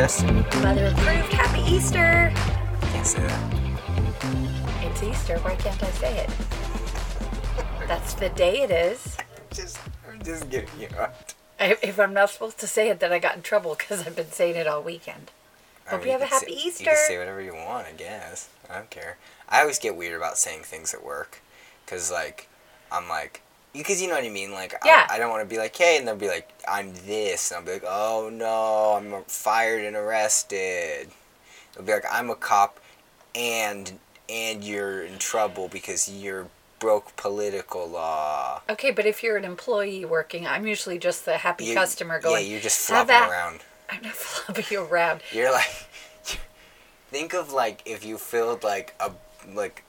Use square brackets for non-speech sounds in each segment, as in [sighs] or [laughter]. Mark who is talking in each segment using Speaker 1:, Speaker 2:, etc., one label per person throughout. Speaker 1: us.
Speaker 2: Mother approved. Happy Easter.
Speaker 1: Yes, uh,
Speaker 2: It's Easter. Why can't I say it? That's the day it is.
Speaker 1: just, I'm just giving you art.
Speaker 2: I, if I'm not supposed to say it, then I got in trouble because I've been saying it all weekend. Hope you have a happy
Speaker 1: You
Speaker 2: Easter.
Speaker 1: can say whatever you want, I guess. I don't care. I always get weird about saying things at work, cause like, I'm like, because you know what I mean. Like,
Speaker 2: Yeah.
Speaker 1: I, I don't want to be like, hey, and they'll be like, I'm this, and I'll be like, oh no, I'm fired and arrested. They'll be like, I'm a cop, and and you're in trouble because you're broke political law.
Speaker 2: Okay, but if you're an employee working, I'm usually just the happy
Speaker 1: You-
Speaker 2: customer going.
Speaker 1: Yeah, you're just
Speaker 2: "Have
Speaker 1: flopping
Speaker 2: that."
Speaker 1: around.
Speaker 2: [laughs] I'm not flopping around.
Speaker 1: You're like, [laughs] think of like if you filled like a like,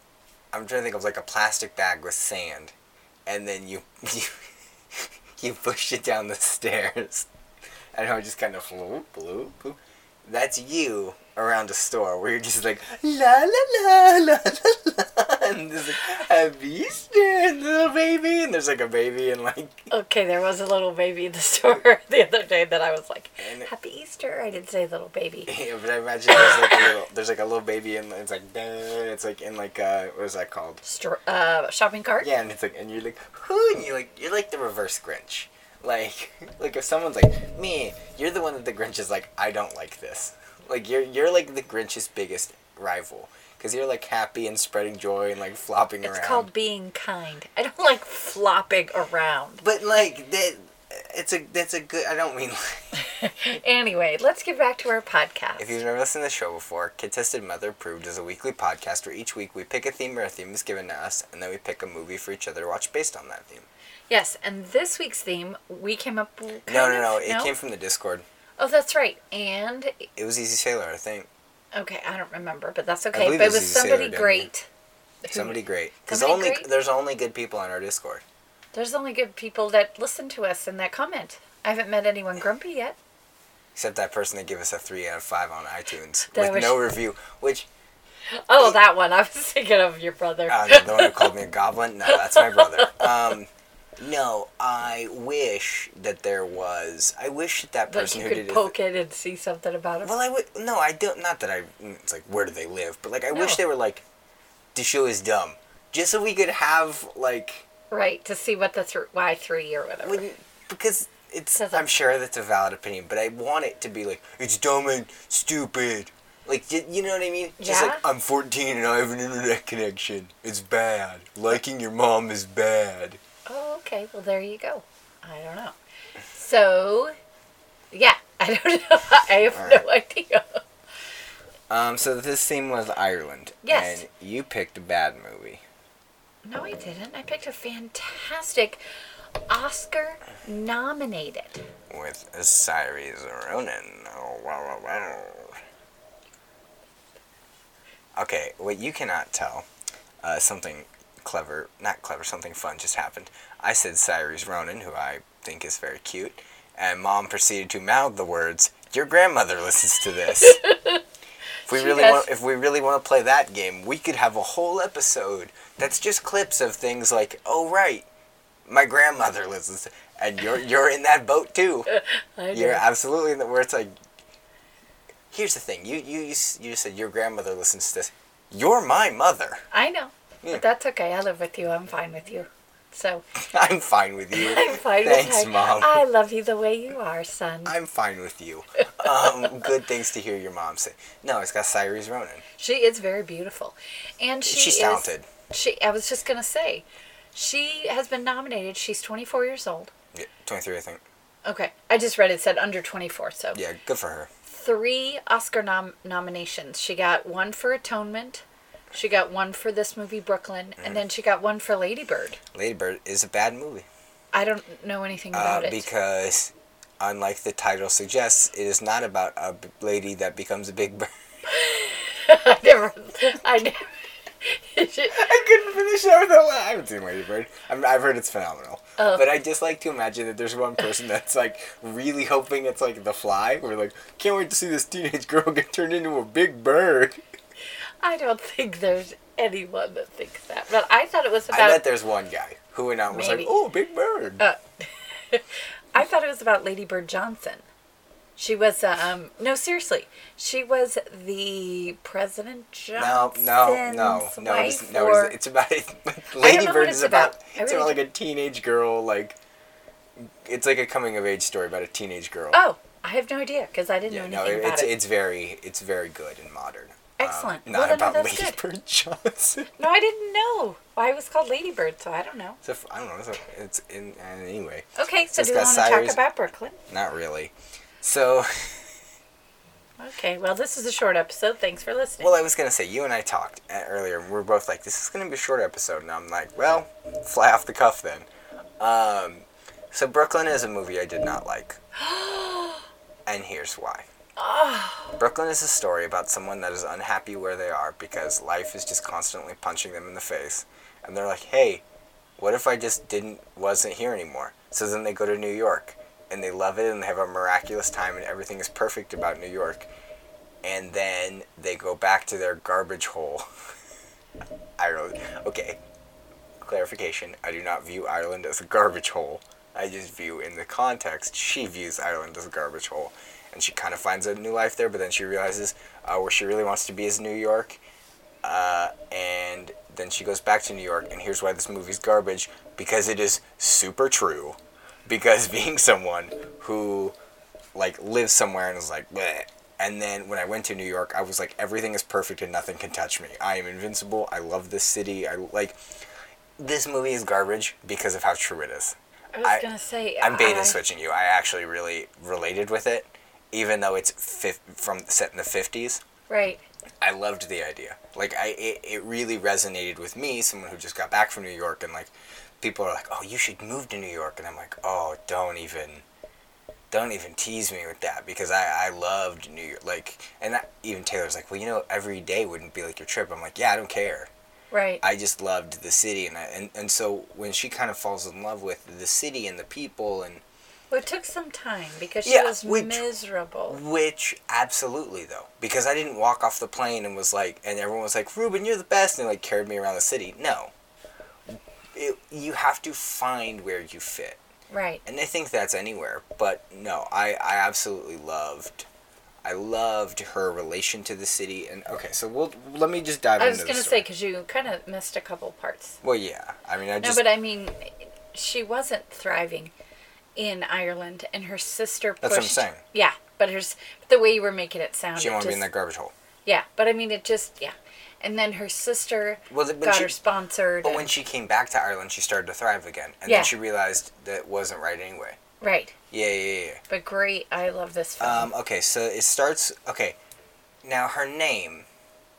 Speaker 1: I'm trying to think of like a plastic bag with sand, and then you [laughs] you you push it down the stairs, [laughs] and it just kind of bloop bloop. bloop. That's you around a store where you're just like la la la la la la, and there's like happy Easter, and little baby, and there's like a baby, and like [laughs]
Speaker 2: Okay, there was a little baby in the [laughs] store the other day that I was like,
Speaker 1: And-
Speaker 2: "Happy Easter!" I didn't say little baby.
Speaker 1: Yeah, but I imagine there's like a little, there's like a little baby and it's like, "Duh," it's like in like uh, what is that called?
Speaker 2: Str- uh, shopping cart.
Speaker 1: Yeah, and it's like, and you're like, who? And you like, you're like the reverse Grinch. Like, [laughs] like if someone's like me, you're the one that the Grinch is like, I don't like this. Like you're you're like the Grinch's biggest rival because you're like happy and spreading joy and like flopping
Speaker 2: It's
Speaker 1: around.
Speaker 2: called being kind. I don't like flopping around.
Speaker 1: But like that, it's a that's a good. I don't mean.
Speaker 2: Anyway, let's get back to our
Speaker 1: [laughs]
Speaker 2: podcast.
Speaker 1: If you've never listened to the show before, Kid Tested Mother Approved is a weekly podcast where each week we pick a theme or a theme is given to us, and then we pick a movie for each other to watch based on that theme.
Speaker 2: Yes, and this week's theme we came up. With
Speaker 1: No,
Speaker 2: kind
Speaker 1: no, no.
Speaker 2: of-
Speaker 1: It came from the Discord.
Speaker 2: Oh, that's right. And
Speaker 1: It was Easy Sailor, I think.
Speaker 2: okay, I don't remember, but that's okay.
Speaker 1: believe
Speaker 2: But
Speaker 1: it
Speaker 2: it
Speaker 1: was
Speaker 2: was
Speaker 1: Zero
Speaker 2: somebody
Speaker 1: Dawn.
Speaker 2: great. who-
Speaker 1: Somebody great. Because
Speaker 2: Somebody
Speaker 1: only
Speaker 2: great?
Speaker 1: there's only good people on our Discord.
Speaker 2: There's only good people that listen to us and that comment. I haven't met anyone grumpy yet.
Speaker 1: Except that person that gave us a three out of five on iTunes
Speaker 2: That
Speaker 1: with
Speaker 2: was-
Speaker 1: no review. Which
Speaker 2: Oh, that one. I was thinking of your brother. [laughs]
Speaker 1: uh, the one who called me a goblin. No, that's my brother. Um, no, I wish that there was. I wish that that
Speaker 2: that
Speaker 1: person
Speaker 2: you
Speaker 1: who did
Speaker 2: could
Speaker 1: it-
Speaker 2: poke it and see something about it.
Speaker 1: Well, I would no, I don't. Not that I. It's like where do they live? But like, I wish
Speaker 2: No.
Speaker 1: they were like, the show is dumb, just so we could have like,
Speaker 2: right, to see what the th- why three or whatever.
Speaker 1: when, because it's.
Speaker 2: Says
Speaker 1: I'm
Speaker 2: it.
Speaker 1: sure that's a valid opinion, but I want it to be like it's dumb and stupid. Like j- you know what I mean? Just
Speaker 2: Yeah.
Speaker 1: like I'm 14 and I have an internet connection. It's bad. Liking your mom is bad.
Speaker 2: Oh, okay. Well, there you go. I don't know. So, yeah, [laughs] I don't know. I have no idea.
Speaker 1: Um. So this theme was Ireland.
Speaker 2: Yes.
Speaker 1: And you picked a bad movie.
Speaker 2: No, I didn't. I picked a fantastic Oscar nominated.
Speaker 1: with Cyrus Ronan. Oh, wow, wow, wow. Okay, what you cannot tell, uh, something clever, not clever, something fun just happened. I said Cyrus Ronan, who I think is very cute, and mom proceeded to mouth the words, "Your grandmother listens to
Speaker 2: [laughs]
Speaker 1: this." if we
Speaker 2: She
Speaker 1: really
Speaker 2: does.
Speaker 1: want, if we really want to play that game, we could have a whole episode that's just clips of things like, "Oh right, my grandmother listens," to-" and you're you're in that boat
Speaker 2: [laughs]
Speaker 1: too.
Speaker 2: I
Speaker 1: You're
Speaker 2: know.
Speaker 1: absolutely in the where it's like. Here's the thing. You you you, s- you said your grandmother listens to this. You're my mother. [laughs]
Speaker 2: I know.
Speaker 1: Yeah.
Speaker 2: But that's okay. I live with you. I'm fine with you. So,
Speaker 1: I'm fine with you.
Speaker 2: [laughs] I'm fine
Speaker 1: Thanks,
Speaker 2: with you.
Speaker 1: mom.
Speaker 2: I love you the way you are, son.
Speaker 1: I'm fine with you. Um, good things to hear your mom say. No, it's got Cyrus Ronan.
Speaker 2: She is very beautiful. And she
Speaker 1: She's
Speaker 2: is,
Speaker 1: talented.
Speaker 2: She I was just going to say she has been nominated. She's 24 years old.
Speaker 1: Yeah, 23, I think.
Speaker 2: Okay. I just read it said under 24, so
Speaker 1: Yeah, good for her.
Speaker 2: three Oscar nom- nominations. She got one for Atonement, she got one for this movie Brooklyn, and then she got one for Lady Bird.
Speaker 1: Lady Bird is a bad movie
Speaker 2: I don't know anything
Speaker 1: uh,
Speaker 2: about it.
Speaker 1: because, unlike the title suggests, it is not about a b- lady that becomes a big [laughs] bird.
Speaker 2: [laughs] I never, I never. [laughs]
Speaker 1: I couldn't finish that with a laugh. I haven't seen Lady Bird. I'm, I've heard it's phenomenal.
Speaker 2: Oh.
Speaker 1: But I just like to imagine that there's one person that's like really hoping it's like The Fly. We're like, can't wait to see this teenage girl get turned into a big bird.
Speaker 2: I don't think there's anyone that thinks that, but I thought it was
Speaker 1: I bet
Speaker 2: about.
Speaker 1: there's one guy who went out and was like,
Speaker 2: Maybe.
Speaker 1: oh, big bird.
Speaker 2: uh, I thought it was about Lady Bird Johnson. She was uh, um no seriously. She was the President
Speaker 1: No,
Speaker 2: Johnson's
Speaker 1: no, no, no,
Speaker 2: wife
Speaker 1: it's, no.
Speaker 2: or-
Speaker 1: It's, it's about [laughs] Lady
Speaker 2: know
Speaker 1: Bird
Speaker 2: what
Speaker 1: is
Speaker 2: it's
Speaker 1: about.
Speaker 2: about. I
Speaker 1: It's
Speaker 2: really
Speaker 1: about like a teenage girl. Like it's like a coming of age story about a teenage girl.
Speaker 2: Oh, I have no idea because I didn't
Speaker 1: yeah, no,
Speaker 2: know anything
Speaker 1: it,
Speaker 2: about
Speaker 1: it's
Speaker 2: it.
Speaker 1: it's very it's very good and modern. Um,
Speaker 2: Excellent. Well,
Speaker 1: not
Speaker 2: then, no,
Speaker 1: about
Speaker 2: that's
Speaker 1: Lady
Speaker 2: good.
Speaker 1: Bird [laughs] Johnson.
Speaker 2: No, I didn't know. Why it was called Ladybird, so I don't know.
Speaker 1: It's a f- I don't know. It's, a, it's in uh, anyway.
Speaker 2: Okay, so
Speaker 1: It's
Speaker 2: do we
Speaker 1: got
Speaker 2: want to talk
Speaker 1: sires-
Speaker 2: about Brooklyn?
Speaker 1: Not really. So,
Speaker 2: Okay, well, this is a short episode. Thanks for listening.
Speaker 1: well, I was gonna say you and I talked uh, earlier, and we are both like, "This is gonna be a short episode," and I'm like, "Well, fly off the cuff then." Um, so Brooklyn is a movie I did not like, and here's why. Brooklyn is a story about someone that is unhappy where they are because life is just constantly punching them in the face, and they're like, "Hey, what if I just didn't wasn't here anymore?" So then they go to New York, and they love it, and they have a miraculous time, and everything is perfect about New York, and then they go back to their garbage hole. [laughs] I wrote, okay, clarification. I do not view Ireland as a garbage hole. I just view in the context, she views Ireland as a garbage hole. And she kind of finds a new life there, but then she realizes uh, where she really wants to be is New York. Uh, and then she goes back to New York, and here's why this movie's garbage because it is super true. Because [laughs] being someone who like lives somewhere and is like, Bleh. and then when I went to New York, I was like, everything is perfect and nothing can touch me. I am invincible. I love this city. I like this movie is garbage because of how true it is.
Speaker 2: I was
Speaker 1: I-
Speaker 2: gonna say
Speaker 1: I'm beta
Speaker 2: I-
Speaker 1: switching you. I actually really related with it, even though it's fif- from set in the fifties.
Speaker 2: Right.
Speaker 1: I loved the idea. Like I, it, it really resonated with me, someone who just got back from New York, and like people are like, "Oh, you should move to New York," and I'm like, "Oh, don't even, don't even tease me with that," because I, I loved New York. Like, and that, even Taylor's like, "Well, you know, every day wouldn't be like your trip." I'm like, "Yeah, I don't care.
Speaker 2: Right.
Speaker 1: I just loved the city," and I, and and so when she kind of falls in love with the city and the people and
Speaker 2: well, it took some time because she
Speaker 1: Yeah,
Speaker 2: was
Speaker 1: which-
Speaker 2: miserable.
Speaker 1: Which absolutely though, because I didn't walk off the plane and was like, and everyone was like, "Ruben, you're the best," and they like carried me around the city. No, it, you have to find where you fit,
Speaker 2: Right.
Speaker 1: and I think that's anywhere. But no, I I absolutely loved, I loved her relation to the city. And okay, so we'll let me just dive
Speaker 2: I
Speaker 1: into.
Speaker 2: was
Speaker 1: the
Speaker 2: gonna say
Speaker 1: story.
Speaker 2: because you kind of missed a couple parts.
Speaker 1: Well, yeah, I mean, I
Speaker 2: No,
Speaker 1: just
Speaker 2: but I mean, she wasn't thriving in Ireland, and her sister pushed.
Speaker 1: That's what I'm saying.
Speaker 2: Yeah, but hers the way you were making it sound.
Speaker 1: she
Speaker 2: it
Speaker 1: didn't want to be in
Speaker 2: just-
Speaker 1: that garbage hole.
Speaker 2: Yeah, but I mean, it just yeah. And then her sister
Speaker 1: Well, th- when
Speaker 2: got
Speaker 1: she-
Speaker 2: her sponsored.
Speaker 1: But
Speaker 2: and-
Speaker 1: when she came back to Ireland, she started to thrive again, and
Speaker 2: Yeah.
Speaker 1: then she realized that wasn't right anyway.
Speaker 2: right,
Speaker 1: Yeah, yeah, yeah. yeah.
Speaker 2: but great. I love this film.
Speaker 1: Um, okay, so it starts. Okay, now her name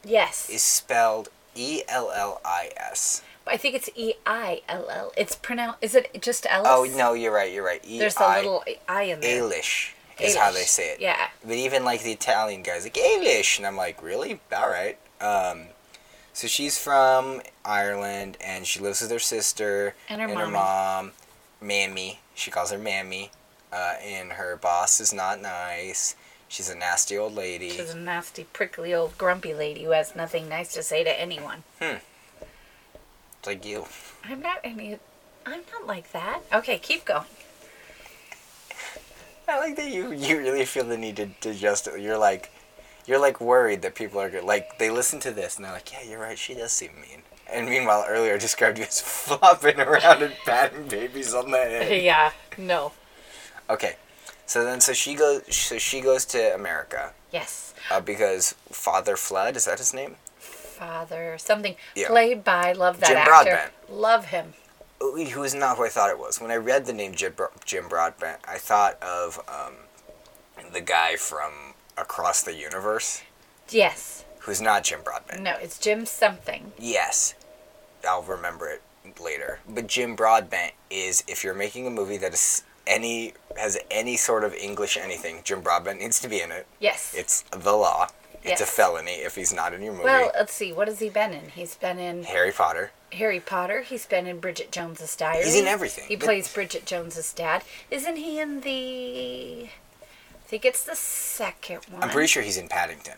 Speaker 2: yes,
Speaker 1: is spelled E L L I S.
Speaker 2: I think it's E I L L. It's pronounced. Is it just Ellis?
Speaker 1: Oh no, you're right. You're right. E
Speaker 2: There's a
Speaker 1: I
Speaker 2: little I in there.
Speaker 1: Alish is how they
Speaker 2: Eilish.
Speaker 1: say it.
Speaker 2: Yeah.
Speaker 1: But even like the Italian guys, like Alish, and I'm like, really? All right. Um, so she's from Ireland, and she lives with her sister
Speaker 2: And her
Speaker 1: her
Speaker 2: mommy.
Speaker 1: mom, Mammy. She calls her Mammy. Uh, and her boss is not nice. She's a nasty old lady.
Speaker 2: She's a nasty, prickly old grumpy lady who has nothing nice to say to anyone.
Speaker 1: like you.
Speaker 2: I'm not any. I'm not like that. Okay, keep going.
Speaker 1: I like that you you really feel the need to, to just you're like you're like worried that people are gonna- like they listen to this and they're like yeah you're right she does seem mean and meanwhile earlier I described you as [laughs] flopping around and patting babies on the head
Speaker 2: [laughs] yeah. No.
Speaker 1: okay so then so she goes so she goes to America
Speaker 2: Yes.
Speaker 1: uh, because Father Flood is that his name
Speaker 2: Father something
Speaker 1: Yeah.
Speaker 2: played by love that
Speaker 1: Jim
Speaker 2: actor.
Speaker 1: Broadbent.
Speaker 2: Love him.
Speaker 1: Oh, who is not who I thought it was when I read the name Jim, Bro- Jim Broadbent I thought of um, the guy from Across the Universe
Speaker 2: Yes.
Speaker 1: who's not Jim Broadbent
Speaker 2: No, it's Jim something.
Speaker 1: Yes. I'll remember it later. But Jim Broadbent is if you're making a movie that is any has any sort of English anything, Jim Broadbent needs to be in it.
Speaker 2: Yes.
Speaker 1: It's the law. It's a
Speaker 2: Yes.
Speaker 1: felony if he's not in your movie.
Speaker 2: well, let's see. What has he been in? He's been in
Speaker 1: Harry Potter.
Speaker 2: Harry Potter. He's been in Bridget Jones's Diary.
Speaker 1: He's in everything,
Speaker 2: He
Speaker 1: but-
Speaker 2: plays Bridget Jones's dad. Isn't he in the? I think it's the second one.
Speaker 1: I'm pretty sure he's in Paddington.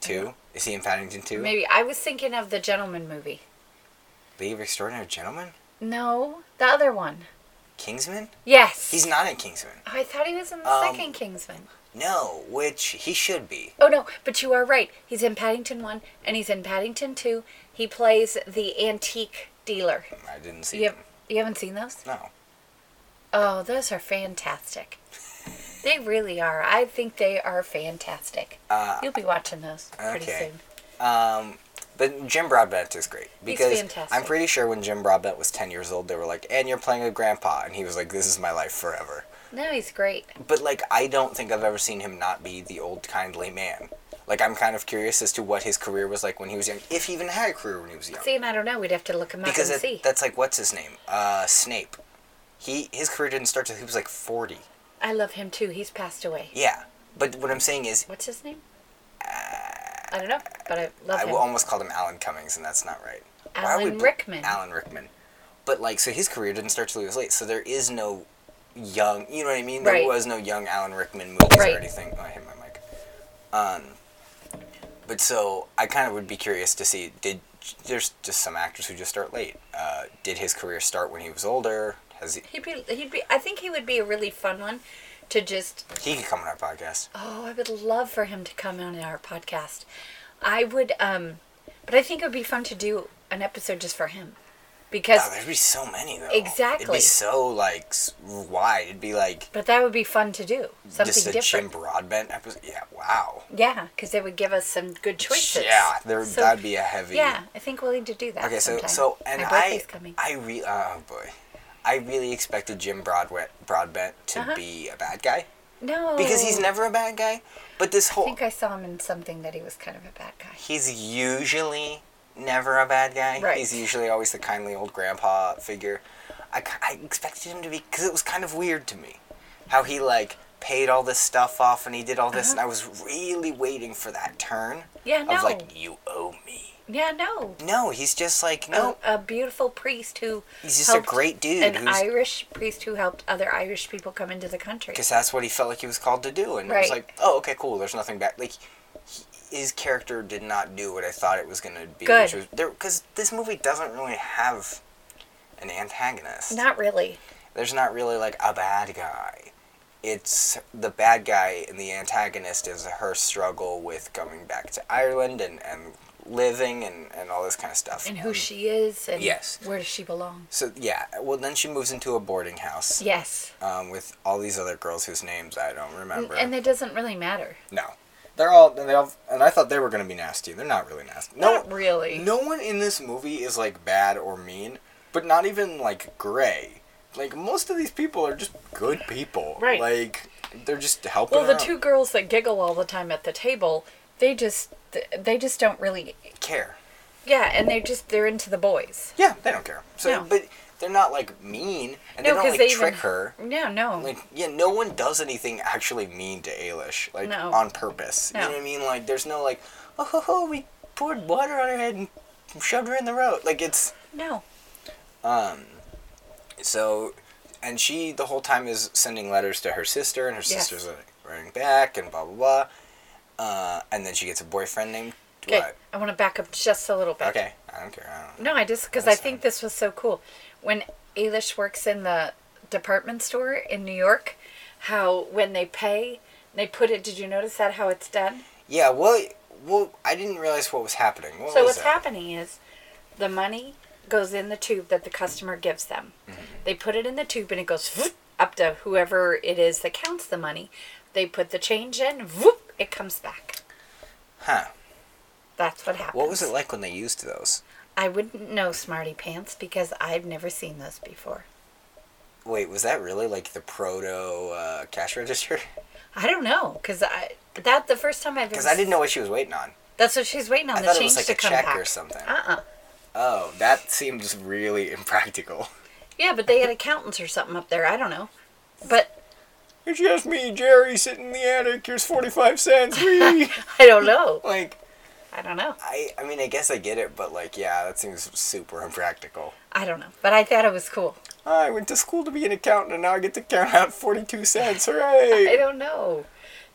Speaker 1: Two? Is he in Paddington two?
Speaker 2: Maybe I was thinking of the Gentleman movie.
Speaker 1: League of Extraordinary Gentlemen?
Speaker 2: No, the other one.
Speaker 1: Kingsman?
Speaker 2: Yes.
Speaker 1: He's not in Kingsman.
Speaker 2: Oh, I thought he was in the
Speaker 1: Um,
Speaker 2: second Kingsman.
Speaker 1: No, which he should be.
Speaker 2: Oh no, but you are right. He's in Paddington One and he's in Paddington Two. He plays the antique dealer.
Speaker 1: I didn't see
Speaker 2: You, have,
Speaker 1: him.
Speaker 2: you haven't seen those?
Speaker 1: No.
Speaker 2: Oh, those are fantastic. they really are. I think they are fantastic.
Speaker 1: Uh,
Speaker 2: You'll be watching those pretty
Speaker 1: okay.
Speaker 2: soon.
Speaker 1: Um, but Jim Broadbent is great because I'm
Speaker 2: fantastic.
Speaker 1: pretty sure when Jim Broadbent was 10 years old, they were like, "And you're playing a grandpa," and he was like, "This is my life forever."
Speaker 2: No, he's great.
Speaker 1: But like, I don't think I've ever seen him not be the old kindly man. Like, I'm kind of curious as to what his career was like when he was young, if he even had a career when he was young.
Speaker 2: See, and I don't know. We'd have to look him up
Speaker 1: because
Speaker 2: and
Speaker 1: that-
Speaker 2: see.
Speaker 1: that's like what's his name? Uh, Snape. He his career didn't start till he was like 40.
Speaker 2: I love him too. He's passed away.
Speaker 1: Yeah, but what I'm saying is,
Speaker 2: What's his name? I don't know, but I love
Speaker 1: Uh, I
Speaker 2: him.
Speaker 1: almost called him Alan Cummings, and that's not right. Why
Speaker 2: Alan
Speaker 1: would-
Speaker 2: Rickman.
Speaker 1: Alan Rickman. But like, so his career didn't start till he was late. So there is no young, you know what I mean? There
Speaker 2: Right.
Speaker 1: was no young Alan Rickman movies
Speaker 2: Right.
Speaker 1: or anything. Oh, I hit my mic. Um, but so I kind of would be curious to see did there's just some actors who just start late. Uh, did his career start when he was older? Has he?
Speaker 2: He'd be. He'd be. I think he would be a really fun one to just
Speaker 1: He could come on our podcast.
Speaker 2: Oh, I would love for him to come on our podcast. I would, um, but I think it would be fun to do an episode just for him because,
Speaker 1: Oh, there'd be so many though. It'd
Speaker 2: Exactly.
Speaker 1: be so like s- wide. It'd be like
Speaker 2: but that would be fun to do something
Speaker 1: just a Jim
Speaker 2: different.
Speaker 1: Broadbent episode. Yeah. Wow.
Speaker 2: Yeah, because they would give us some good choices.
Speaker 1: Yeah, there
Speaker 2: So,
Speaker 1: that'd be a heavy.
Speaker 2: Yeah, I think we'll need to do that.
Speaker 1: Okay, so
Speaker 2: sometime.
Speaker 1: so and
Speaker 2: My
Speaker 1: I
Speaker 2: birthday's coming.
Speaker 1: I re oh boy, I really expected Jim Broadwent Broadbent to
Speaker 2: Uh-huh. Oh.
Speaker 1: be a bad guy
Speaker 2: no,
Speaker 1: because he's never a bad guy, but this
Speaker 2: I
Speaker 1: whole
Speaker 2: think I saw him in something that he was kind of a bad guy.
Speaker 1: he's usually never a bad guy.
Speaker 2: Right.
Speaker 1: He's usually always the kindly old grandpa figure. I, ki- I expected him to be because it was kind of weird to me how he like paid all this stuff off and he did all this and I was really waiting for that turn.
Speaker 2: Uh-huh. Yeah,
Speaker 1: I was
Speaker 2: no.
Speaker 1: like, you owe me.
Speaker 2: Yeah, no.
Speaker 1: No, he's just like no.
Speaker 2: A, a beautiful priest who
Speaker 1: He's just a
Speaker 2: helped-
Speaker 1: great dude.
Speaker 2: an
Speaker 1: who's,
Speaker 2: Irish priest who helped other Irish people come into the country.
Speaker 1: because that's what he felt like he was called to do, and it was
Speaker 2: Right.
Speaker 1: like, oh, okay, cool. There's nothing bad. Like he, his character did not do what I thought it was going to be.
Speaker 2: Good.
Speaker 1: Which was there because this movie doesn't really have an antagonist.
Speaker 2: Not really.
Speaker 1: There's not really like a bad guy. It's the bad guy and the antagonist is her struggle with coming back to Ireland and, and living and, and all this kind of stuff.
Speaker 2: and who
Speaker 1: Um,
Speaker 2: she is and
Speaker 1: Yes.
Speaker 2: where does she belong
Speaker 1: So yeah, well then she moves into a boarding house
Speaker 2: yes
Speaker 1: um, with all these other girls whose names I don't remember.
Speaker 2: and it doesn't really matter
Speaker 1: No. They're all and they all and I thought they were gonna be nasty. They're not really nasty. No
Speaker 2: Not really.
Speaker 1: No one in this movie is like bad or mean, but not even like gray. Like most of these people are just good people.
Speaker 2: Right.
Speaker 1: Like they're just helping.
Speaker 2: well the
Speaker 1: her out.
Speaker 2: two girls that giggle all the time at the table they just they just don't really
Speaker 1: care.
Speaker 2: yeah and they just they're into the boys
Speaker 1: Yeah, they don't care. So
Speaker 2: No.
Speaker 1: but they're not like mean and they don't like trick her.
Speaker 2: no no
Speaker 1: Like yeah, no one does anything actually mean to Ailish, like
Speaker 2: No.
Speaker 1: on purpose. You
Speaker 2: No.
Speaker 1: know what I mean? Like there's no like, oh ho ho, we poured water on her head and shoved her in the road. Like it's
Speaker 2: no
Speaker 1: Um, so, and she the whole time is sending letters to her sister, and her
Speaker 2: Yes.
Speaker 1: sister's like, writing back, and blah blah blah. Uh, and then she gets a boyfriend named
Speaker 2: okay
Speaker 1: what?
Speaker 2: i want to back up just a little bit
Speaker 1: Okay, I don't care. I don't. know.
Speaker 2: no i just because i
Speaker 1: That's
Speaker 2: think this was so cool when alish works in the department store in new york how when they pay they put it did you notice that how it's done
Speaker 1: Yeah, well, well, I didn't realize what was happening. What
Speaker 2: So
Speaker 1: was
Speaker 2: what's
Speaker 1: that?
Speaker 2: happening is the money goes in the tube that the customer gives them.
Speaker 1: Mm-hmm.
Speaker 2: They put it in the tube and it goes voop up to whoever it is that counts the money. They put the change in, whoop, it comes back.
Speaker 1: Huh?
Speaker 2: That's what happens.
Speaker 1: What was it like when they used those?
Speaker 2: I wouldn't know Smarty Pants because I've never seen those before.
Speaker 1: Wait, was that really like the proto uh, cash register? [laughs]
Speaker 2: I don't know because I that the first time I've
Speaker 1: Because
Speaker 2: ever
Speaker 1: I didn't know what she was waiting on.
Speaker 2: that's what she's waiting on
Speaker 1: I
Speaker 2: the
Speaker 1: thought it was
Speaker 2: change
Speaker 1: like
Speaker 2: to
Speaker 1: a
Speaker 2: come
Speaker 1: check
Speaker 2: back.
Speaker 1: or something.
Speaker 2: Uh-uh.
Speaker 1: Oh, that seems really [laughs] impractical.
Speaker 2: Yeah, but they had accountants or something up there. I don't know, but [laughs]
Speaker 1: It's just me, Jerry, sitting in the attic. Here's 45 cents.
Speaker 2: [laughs]
Speaker 1: Wee.
Speaker 2: I don't know.
Speaker 1: like,
Speaker 2: I don't know.
Speaker 1: I, I mean, I guess I get it, but like, yeah, that seems super impractical.
Speaker 2: I don't know. But I thought it was cool.
Speaker 1: I went to school to be an accountant, and now I get to count out 42 cents.
Speaker 2: [laughs] I
Speaker 1: Hooray!
Speaker 2: don't know.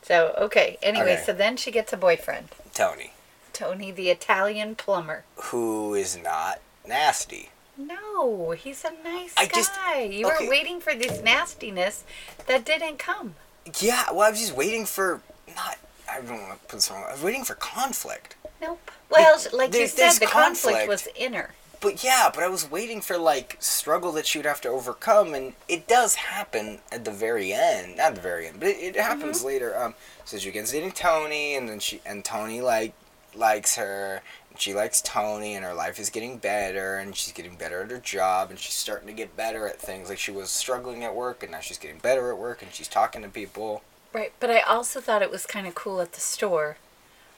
Speaker 2: So okay. Anyway,
Speaker 1: Okay.
Speaker 2: so then she gets a boyfriend,
Speaker 1: Tony,
Speaker 2: Tony the Italian plumber.
Speaker 1: who is not nasty.
Speaker 2: No, he's a nice
Speaker 1: I
Speaker 2: guy.
Speaker 1: just-
Speaker 2: you
Speaker 1: okay.
Speaker 2: were waiting for this nastiness that didn't come.
Speaker 1: Yeah, well, I was just waiting for not. I don't want to put this wrong. I was waiting for conflict.
Speaker 2: Nope. Well, like you
Speaker 1: there-
Speaker 2: said,
Speaker 1: there's
Speaker 2: the conflict
Speaker 1: conflict.
Speaker 2: was inner.
Speaker 1: But yeah, but I was waiting for like struggle that you'd have to overcome, and it does happen at the very end. Not the very end, but it, it happens later. Um, so she begins dating Tony, and then she and Tony like likes her. And she likes Tony, and her life is getting better, and she's getting better at her job, and she's starting to get better at things. Like she was struggling at work, and now she's getting better at work, and she's talking to people.
Speaker 2: Right, but I also thought it was kind of cool at the store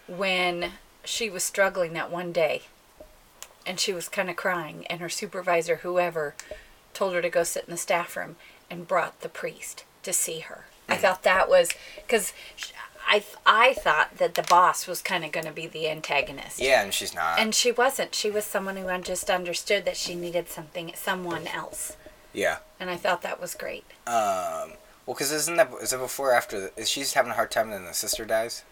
Speaker 2: when she was struggling that one day and she was kind of crying, and her supervisor, whoever, told her to go sit in the staff room and brought the priest to see her. I thought that was because I, I thought that the boss was kind of going to be the antagonist.
Speaker 1: Yeah, and she's not.
Speaker 2: And she wasn't. She was someone who un- just understood that she needed something, someone else.
Speaker 1: yeah.
Speaker 2: And I thought that was great.
Speaker 1: Um, well, because isn't that is it before or after? The, is she's having a hard time, and then the sister dies.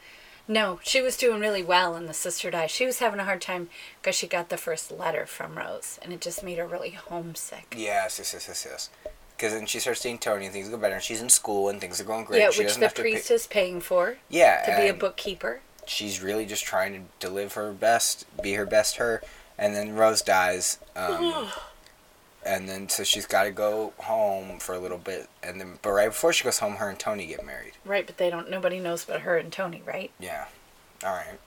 Speaker 2: No, she was doing really well, and the sister died. She was having a hard time because she got the first letter from Rose, and it just made her really homesick.
Speaker 1: Yes, yes, yes, yes, yes. Because then she starts seeing Tony, and things go better, and she's in school, and things are going great.
Speaker 2: yeah,
Speaker 1: she
Speaker 2: which
Speaker 1: doesn't
Speaker 2: the
Speaker 1: have to pay-
Speaker 2: priest is paying for
Speaker 1: yeah,
Speaker 2: to be a
Speaker 1: and
Speaker 2: bookkeeper.
Speaker 1: She's really just trying to, to live her best, be her best her, and then Rose dies.
Speaker 2: [sighs]
Speaker 1: Um, and then so she's got to go home for a little bit, and then but right before she goes home, her and Tony get married.
Speaker 2: Right, but they don't. Nobody knows but her and Tony, right?
Speaker 1: Yeah. All right.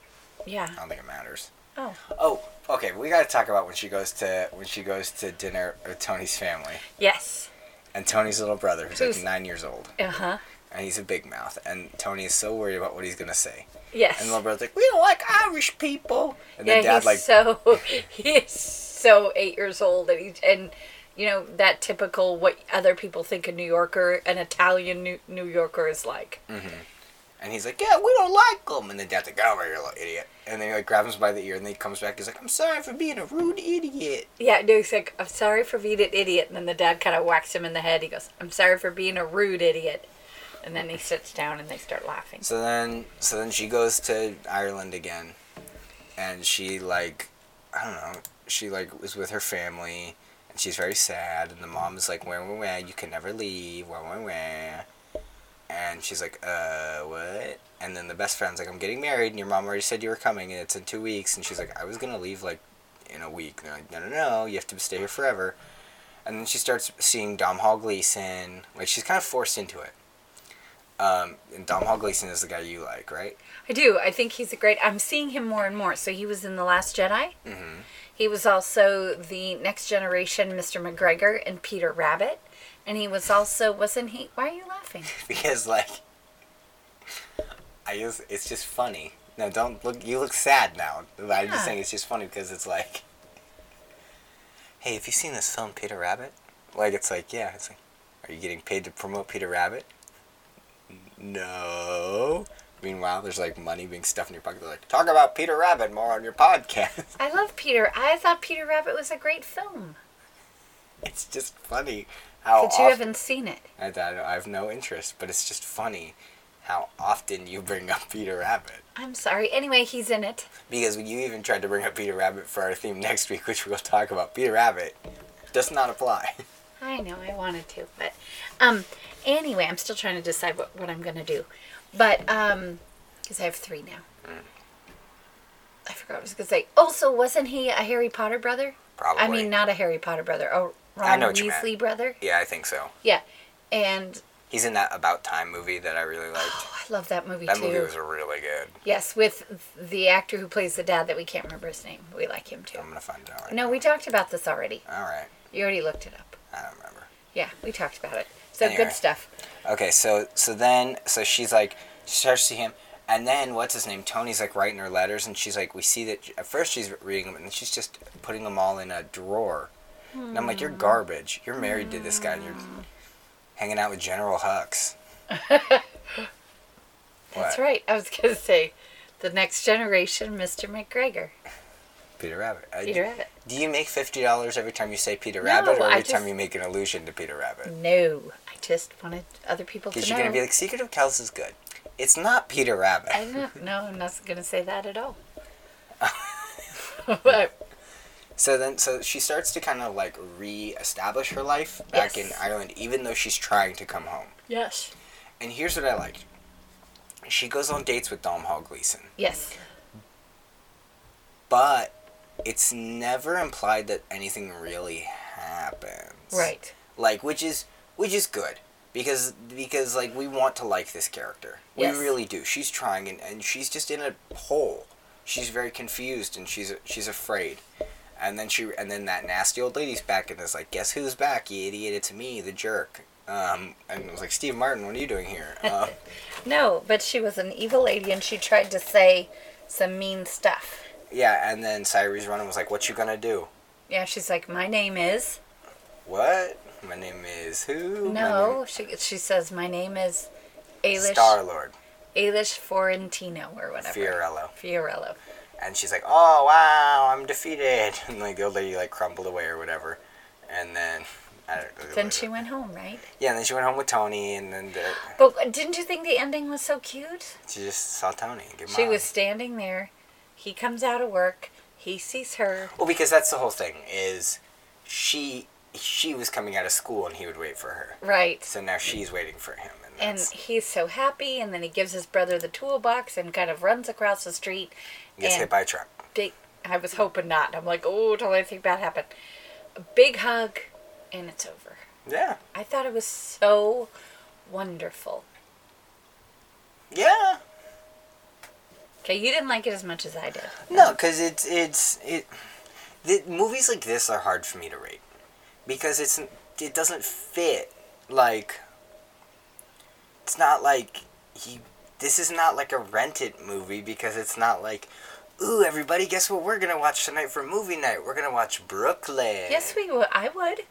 Speaker 2: Yeah.
Speaker 1: I don't think it matters.
Speaker 2: Oh,
Speaker 1: Oh, okay. We got to talk about when she goes to when she goes to dinner with Tony's family.
Speaker 2: yes.
Speaker 1: and Tony's little brother, who's
Speaker 2: Who's-
Speaker 1: like nine years old,
Speaker 2: Uh huh.
Speaker 1: and he's a big mouth, and Tony is so worried about what he's gonna say.
Speaker 2: Yes.
Speaker 1: And the little brother's like, "We don't like Irish people." And
Speaker 2: yeah,
Speaker 1: then dad
Speaker 2: he's
Speaker 1: like,
Speaker 2: so [laughs] he is so eight years old, and he and you know that typical what other people think a New Yorker, an Italian New, New Yorker is like.
Speaker 1: and he's like, "Yeah, we don't like them." And then dad's like, "Get over here, little idiot!" And then he like grabs him by the ear, and then he comes back. He's like, "I'm sorry for being a rude idiot."
Speaker 2: Yeah, no, he's like, I'm sorry for being an idiot. And then the dad kind of whacks him in the head. He goes, I'm sorry for being a rude idiot. And then he sits down and they start laughing.
Speaker 1: So then, so then she goes to Ireland again, and she like, I don't know, she like is with her family, and she's very sad, and the mom is like, wah wah wah, you can never leave, wah wah wah, and she's like, uh, what? And then the best friend's like, I'm getting married, and your mom already said you were coming, and it's in two weeks, and she's like, I was gonna leave like in a week, and they're like, no no no, you have to stay here forever, and then she starts seeing Dom Hall Gleason, like she's kind of forced into it. Um, and Dom Hall Gleason is the guy you like, right? [laughs]
Speaker 2: I do. I think he's a great. I'm seeing him more and more. So he was in The Last Jedi. Mm-hmm. He was also the Next Generation Mr. McGregor and Peter Rabbit. And he was also, wasn't he? Why are you laughing?
Speaker 1: because like I just it's just funny. No, don't look. You look sad now. But I'm
Speaker 2: Yeah.
Speaker 1: just saying it's just funny because it's like, hey, have you seen this film Peter Rabbit? Like it's like yeah, it's like, are you getting paid to promote Peter Rabbit? No. Meanwhile, there's like money being stuffed in your pocket. They're like, talk about Peter Rabbit more on your podcast. [laughs]
Speaker 2: I love Peter. I thought Peter Rabbit was a great film.
Speaker 1: it's just funny how
Speaker 2: But you
Speaker 1: often-
Speaker 2: haven't seen it.
Speaker 1: I, I, I have no interest, but it's just funny how often you bring up Peter Rabbit.
Speaker 2: I'm sorry. Anyway, he's in it.
Speaker 1: Because you even tried to bring up Peter Rabbit for our theme next week, which we'll talk about. Peter Rabbit does not apply. [laughs]
Speaker 2: I know I wanted to, but um anyway, I'm still trying to decide what, what I'm gonna do. But um because I have three now. I forgot what I was gonna say. Also, wasn't he a Harry Potter brother?
Speaker 1: Probably.
Speaker 2: I mean not a Harry Potter brother, a Ron
Speaker 1: I know what you meant.
Speaker 2: Weasley brother.
Speaker 1: Yeah, I think so.
Speaker 2: Yeah. And
Speaker 1: He's in that About Time movie that I really liked.
Speaker 2: oh, I love that movie [gasps]
Speaker 1: That
Speaker 2: too.
Speaker 1: movie was really good.
Speaker 2: yes, with the actor who plays the dad that we can't remember his name. We like him too.
Speaker 1: I'm gonna find out. Right
Speaker 2: No, we talked about this already.
Speaker 1: All right.
Speaker 2: You already looked it up.
Speaker 1: I don't remember.
Speaker 2: Yeah, we talked about it. So
Speaker 1: Anyway.
Speaker 2: good stuff.
Speaker 1: Okay, so so then so she's like she starts to see him, and then what's his name? Tony's like writing her letters, and she's like, we see that at first she's reading them, and she's just putting them all in a drawer. And I'm like,
Speaker 2: Hmm.
Speaker 1: you're garbage. You're married to this guy. And you're hanging out with General Hux.
Speaker 2: [laughs] That's
Speaker 1: What?
Speaker 2: right. I was gonna say, the next generation, Mr. McGregor,
Speaker 1: Peter Rabbit. Uh,
Speaker 2: Peter Rabbit.
Speaker 1: Do you make fifty dollars every time you say Peter Rabbit,
Speaker 2: No,
Speaker 1: or
Speaker 2: I
Speaker 1: every time
Speaker 2: just-
Speaker 1: you make an allusion to Peter Rabbit?
Speaker 2: No, I just wanted other people to
Speaker 1: Because
Speaker 2: know.
Speaker 1: you're gonna be like, Secret of Kells is good. It's not Peter Rabbit. [laughs]
Speaker 2: I know. No, I'm not gonna say that at all. but
Speaker 1: So then, so she starts to kind of like re-establish her life back
Speaker 2: Yes.
Speaker 1: in Ireland, even though she's trying to come home.
Speaker 2: Yes.
Speaker 1: And here's what I liked: she goes on dates with Dom Hall Gleason,
Speaker 2: Yes.
Speaker 1: but it's never implied that anything really happens.
Speaker 2: Right.
Speaker 1: Like, which is which is good because because like we want to like this character.
Speaker 2: Yes.
Speaker 1: We really do. She's trying, and, and she's just in a hole. She's very confused, and she's she's afraid. And then she and then that nasty old lady's back, and is like, "Guess who's back, you idiot? It's me, the jerk." Um, and it was like, "Steve Martin, what are you doing here?"
Speaker 2: [laughs]
Speaker 1: Um,
Speaker 2: No, but she was an evil lady and she tried to say some mean stuff.
Speaker 1: yeah, and then Cyrie's running was like, "What you gonna do?"
Speaker 2: Yeah, she's like, my name is.
Speaker 1: What? My name is who?
Speaker 2: No, she she says my name is Ailish
Speaker 1: Star Lord
Speaker 2: Ailish Florentino or whatever.
Speaker 1: Fiorello.
Speaker 2: Fiorello.
Speaker 1: and she's like, "Oh wow, I'm defeated," [laughs] and like the old lady like crumbled away or whatever, and then I don't.
Speaker 2: Then she went home, right?
Speaker 1: Yeah, and then she went home with Tony, and then the,
Speaker 2: But didn't you think the ending was so cute?
Speaker 1: she just saw Tony. and Good
Speaker 2: She
Speaker 1: mom.
Speaker 2: was standing there. He comes out of work. He sees her.
Speaker 1: well because that's the whole thing is she she was coming out of school and he would wait for her,
Speaker 2: Right.
Speaker 1: so now she's waiting for him, and
Speaker 2: And
Speaker 1: that's,
Speaker 2: he's so happy, and then he gives his brother the toolbox and kind of runs across the street.
Speaker 1: gets
Speaker 2: and
Speaker 1: hit by a truck.
Speaker 2: big I was hoping not. I'm like, oh, don't let anything bad happen. A big hug and it's over.
Speaker 1: Yeah,
Speaker 2: I thought it was so wonderful.
Speaker 1: yeah.
Speaker 2: Okay, you didn't like it as much as I did.
Speaker 1: No, because it's it's it. The, movies like this are hard for me to rate because it's it doesn't fit. Like, it's not like he. This is not like a rented movie because it's not like, ooh, everybody, guess what we're gonna watch tonight for movie night? We're gonna watch Brooklyn.
Speaker 2: Yes, we would. I would.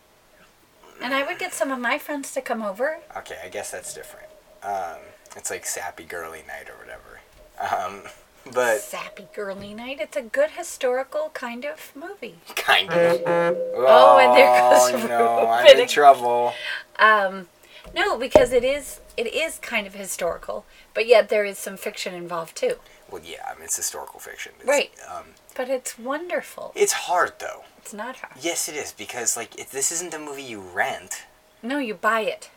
Speaker 2: And I would get some of my friends to come over.
Speaker 1: Okay, I guess that's different. Um, it's like sappy girly night or whatever. Um, [laughs] but
Speaker 2: Sappy girly night. It's a good historical kind of movie.
Speaker 1: kind of.
Speaker 2: Oh, and there goes [laughs]
Speaker 1: Oh, no, I'm in
Speaker 2: Ruben.
Speaker 1: trouble.
Speaker 2: Um, no, because it is it is kind of historical, but yet there is some fiction involved too.
Speaker 1: Well, yeah, I mean, it's historical fiction. It's,
Speaker 2: Right.
Speaker 1: Um,
Speaker 2: But it's wonderful.
Speaker 1: it's hard though.
Speaker 2: It's not hard.
Speaker 1: Yes, it is because like it, this isn't a movie you rent.
Speaker 2: No, you buy it.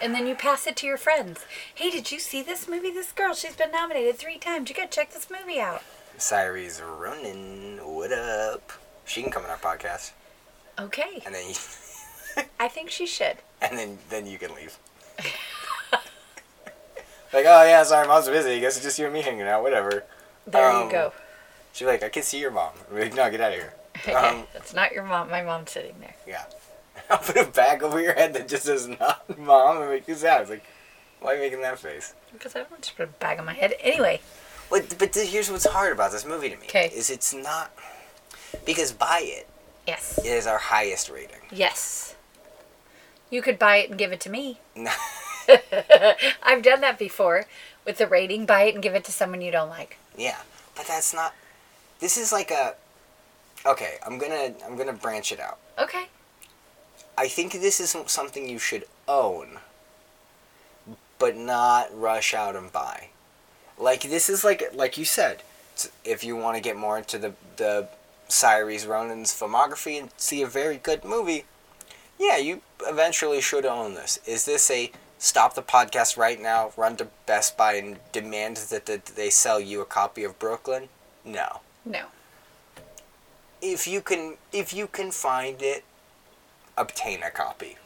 Speaker 2: And then you pass it to your friends. Hey, did you see this movie? This girl, she's been nominated three times. You gotta check this movie out.
Speaker 1: Cyrie's Ronan, what up? She can come on our podcast,
Speaker 2: Okay,
Speaker 1: and then you, [laughs]
Speaker 2: I think she should.
Speaker 1: and then then you can leave. like, oh yeah, sorry, mom's busy. I guess it's just you and me hanging out. Whatever.
Speaker 2: There
Speaker 1: Um,
Speaker 2: you go.
Speaker 1: She's like, I can see your mom. I'm like, no, get out of here.
Speaker 2: Okay,
Speaker 1: Um,
Speaker 2: [laughs] that's not your mom. My mom's sitting there.
Speaker 1: yeah. [laughs] I'll put a bag over your head that just says not mom and make you sad. It's like, why are you making that face?
Speaker 2: Because I don't want to put a bag on my head. Anyway,
Speaker 1: But but th- here's what's hard about this movie to me
Speaker 2: 'Kay.
Speaker 1: is it's not because buy it
Speaker 2: yes.
Speaker 1: is our highest rating. [laughs]
Speaker 2: Yes. You could buy it and give it to me. [laughs]
Speaker 1: No.
Speaker 2: I've done that before with the rating. Buy it and give it to someone you don't like.
Speaker 1: yeah, but that's not. This is like a. Okay, I'm gonna I'm gonna branch it out.
Speaker 2: Okay.
Speaker 1: I think this is something you should own, but not rush out and buy. Like this is like like you said, it's- if you want to get more into the the Cyrus Ronan's filmography and see a very good movie, yeah, you eventually should own this. Is this a stop the podcast right now, run to Best Buy and demand that that they sell you a copy of Brooklyn? No
Speaker 2: No.
Speaker 1: if you can if you can find it obtain a copy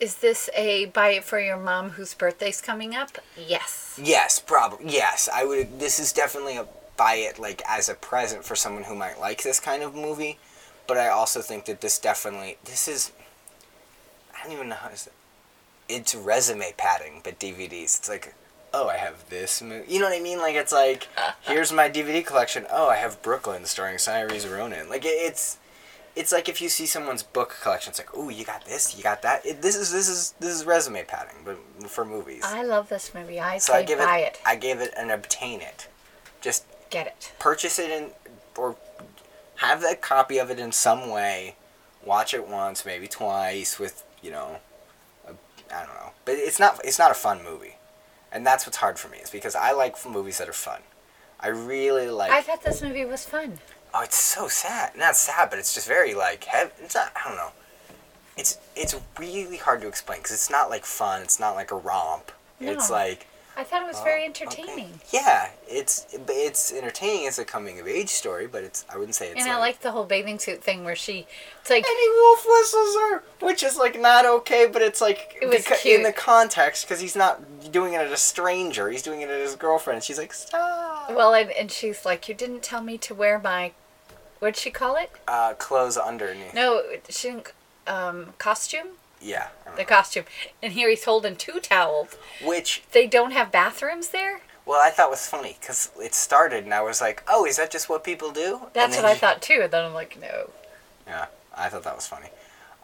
Speaker 2: Is this a buy it for your mom whose birthday's coming up? Yes.
Speaker 1: yes probably yes i would this is definitely a buy it like as a present for someone who might like this kind of movie but i also think that this definitely this is i don't even know how to say it's resume padding but dvds it's like oh i have this movie you know what i mean like it's like here's my dvd collection oh i have brooklyn starring cyrus ronan like it, it's it's like if you see someone's book collection it's like oh you got this you got that it, this is this is this is resume padding but for movies
Speaker 2: I love this movie. I
Speaker 1: so
Speaker 2: say
Speaker 1: I give
Speaker 2: buy
Speaker 1: it,
Speaker 2: it.
Speaker 1: I give it an obtain it. Just
Speaker 2: Get it.
Speaker 1: purchase it in, or have that copy of it in some way. Watch it once, maybe twice, with you know, I I don't know. But it's not it's not a fun movie, and that's what's hard for me. Is because I like f- movies that are fun. I really like.
Speaker 2: I thought this movie was fun.
Speaker 1: oh, it's so sad. Not sad, but it's just very like heavy. It's not. I don't know. It's it's really hard to explain because it's not like fun. It's not like a romp. It's
Speaker 2: No.
Speaker 1: like
Speaker 2: I thought it was very entertaining.
Speaker 1: Oh, yeah. It's it's entertaining as a coming of age story, but it's I wouldn't say it's.
Speaker 2: And I like the whole bathing suit thing where she, it's like,
Speaker 1: And he wolf whistles her, which is like not okay, but it's like
Speaker 2: It was
Speaker 1: in
Speaker 2: cute.
Speaker 1: the context because he's not doing it at a stranger; he's doing it at his girlfriend. She's like, "Stop!"
Speaker 2: well, and, and she's like, you didn't tell me to wear my, what'd she call it?
Speaker 1: Uh, clothes underneath.
Speaker 2: No, she didn't, um, costume?
Speaker 1: Yeah. I don't
Speaker 2: The costume. And here he's holding two towels.
Speaker 1: know. Which,
Speaker 2: They don't have bathrooms there?
Speaker 1: well, I thought was funny because it started, and I was like, "Oh, is that just what people do?" And
Speaker 2: That's
Speaker 1: then
Speaker 2: what I
Speaker 1: he-
Speaker 2: thought too. And then I'm like, no.
Speaker 1: Yeah, I thought that was funny.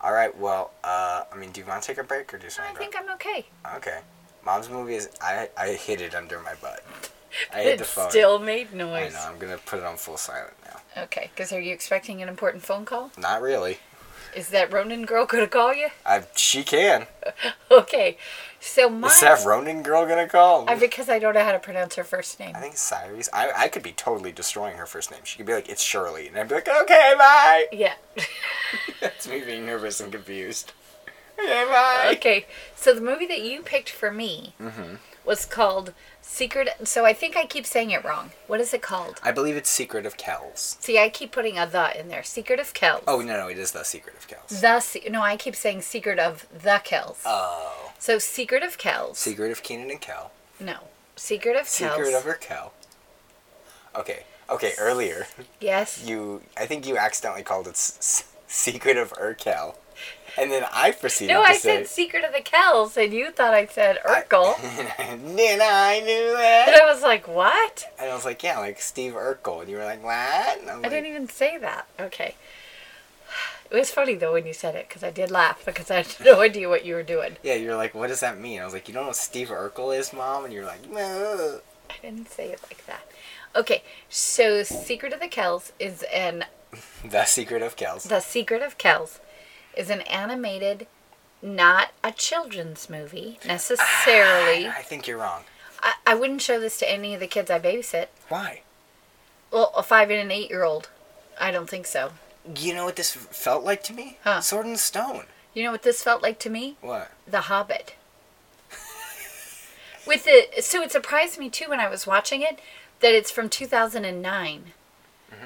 Speaker 1: All right. Well, uh, I mean, do you want to take a break or do
Speaker 2: I
Speaker 1: something?
Speaker 2: think I'm okay.
Speaker 1: okay. Mom's movie is I I hid it under my butt. I hit
Speaker 2: it
Speaker 1: the phone.
Speaker 2: still made
Speaker 1: I
Speaker 2: noise.
Speaker 1: know. I'm gonna put it on full silent now.
Speaker 2: Okay, because are you expecting an important phone call?
Speaker 1: Not really.
Speaker 2: Is that Ronin girl going to call you? [laughs]
Speaker 1: I she can.
Speaker 2: Okay, so my
Speaker 1: Is that Ronin girl gonna call?
Speaker 2: I, because I don't know how to pronounce her first name.
Speaker 1: I think it's Cyrus. I, I could be totally destroying her first name. She could be like, it's Shirley. And I'd be like, okay, bye. [laughs]
Speaker 2: Yeah. [laughs]
Speaker 1: That's me being nervous and confused. Okay, bye.
Speaker 2: okay, so the movie that you picked for me
Speaker 1: Mm-hmm.
Speaker 2: was called Secret. So I think I keep saying it wrong. What is it called?
Speaker 1: I believe it's Secret of Kells.
Speaker 2: See, I keep putting a the in there. Secret of Kells.
Speaker 1: Oh, no, no, it is The Secret of Kells.
Speaker 2: The Se- no, I keep saying Secret of the Kells.
Speaker 1: Oh.
Speaker 2: so Secret of Kells.
Speaker 1: Secret of Keenan and Kel.
Speaker 2: no, Secret of
Speaker 1: Secret
Speaker 2: Kells.
Speaker 1: of her Kel. Okay. Okay, earlier,
Speaker 2: yes.
Speaker 1: you, I think you accidentally called it s- s- Secret of Urkel. And then I proceeded
Speaker 2: No,
Speaker 1: to
Speaker 2: I
Speaker 1: say. [laughs]
Speaker 2: said Secret of the Kells, and you thought I said Urkel.
Speaker 1: Then I knew that.
Speaker 2: and I was like, what?
Speaker 1: And I was like, yeah, like Steve Urkel. And you were like, what? And I'm
Speaker 2: I
Speaker 1: like,
Speaker 2: didn't e even say that. Okay. It was funny though when you said it because I did laugh because I had [laughs] no idea what you were doing.
Speaker 1: yeah, you were like, what does that mean? I was like, you don't know what Steve Urkel is, Mom? And you were like, no.
Speaker 2: I didn't say it like that. Okay, so Secret of the Kells is an
Speaker 1: The Secret of Kells.
Speaker 2: The Secret of Kells is an animated, not a children's movie
Speaker 1: [sighs]
Speaker 2: necessarily.
Speaker 1: I think you're wrong.
Speaker 2: I, I wouldn't show this to any of the kids I babysit.
Speaker 1: Why?
Speaker 2: Well, a five and an eight year old. I don't think so.
Speaker 1: You know what this felt like to me?
Speaker 2: Huh.
Speaker 1: Sword and Stone.
Speaker 2: You know what this felt like to me?
Speaker 1: What?
Speaker 2: The Hobbit. With the so it surprised me too when I was watching it that it's from 2009.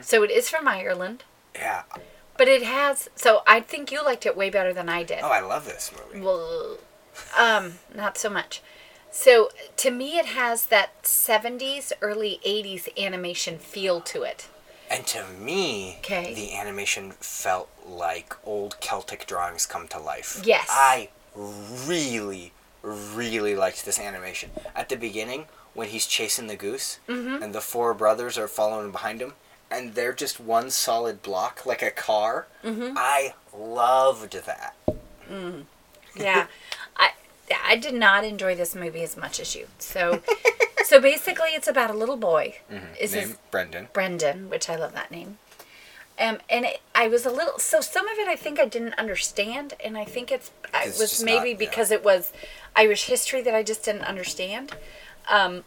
Speaker 2: So it is from Ireland,
Speaker 1: Yeah.
Speaker 2: but it has so I think you liked it way better than I did.
Speaker 1: Oh, I love this movie.
Speaker 2: Well, um, not so much. So to me it has that 70s early 80s animation feel to it.
Speaker 1: And to me,
Speaker 2: 'Kay.
Speaker 1: the animation felt like old Celtic drawings come to life.
Speaker 2: Yes.
Speaker 1: I really, really liked this animation. At the beginning, when he's chasing the goose,
Speaker 2: Mm-hmm.
Speaker 1: and the four brothers are following behind him, and they're just one solid block, like a car.
Speaker 2: Mm-hmm.
Speaker 1: I loved that.
Speaker 2: Yeah. [laughs] I I did not enjoy this movie as much as you. So so basically it's about a little boy. Is his-
Speaker 1: Name Brendan.
Speaker 2: Brendan, which I love that name. Um, and it, I was a little so some of it I think I didn't understand, and I think it's I
Speaker 1: It's
Speaker 2: was
Speaker 1: just
Speaker 2: maybe
Speaker 1: not- yeah.
Speaker 2: because it was Irish history that I just didn't understand. Um,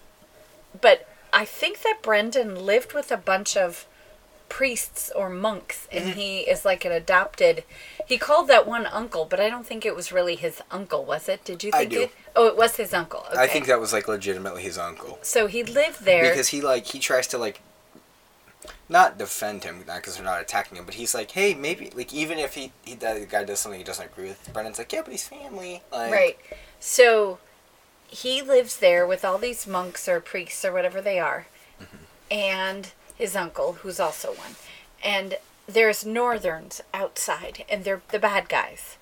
Speaker 2: but I think that Brendan lived with a bunch of priests or monks, and
Speaker 1: Mm-hmm.
Speaker 2: he is like an adopted. He called that one uncle, but I don't think it was really his uncle, was it? Did you
Speaker 1: I
Speaker 2: think
Speaker 1: do.
Speaker 2: it? Oh, it was his uncle. Okay.
Speaker 1: I think that was like legitimately his uncle
Speaker 2: so. He lived there.
Speaker 1: because he like he tries to like not defend him, not because they're not attacking him, but he's like, hey, maybe like even if he, he the guy does something he doesn't agree with, Brendan's like, yeah, but he's family. Like,
Speaker 2: Right. So he lives there with all these monks or priests or whatever they are, and his uncle, who's also one. And there's northerns outside, and they're the bad guys.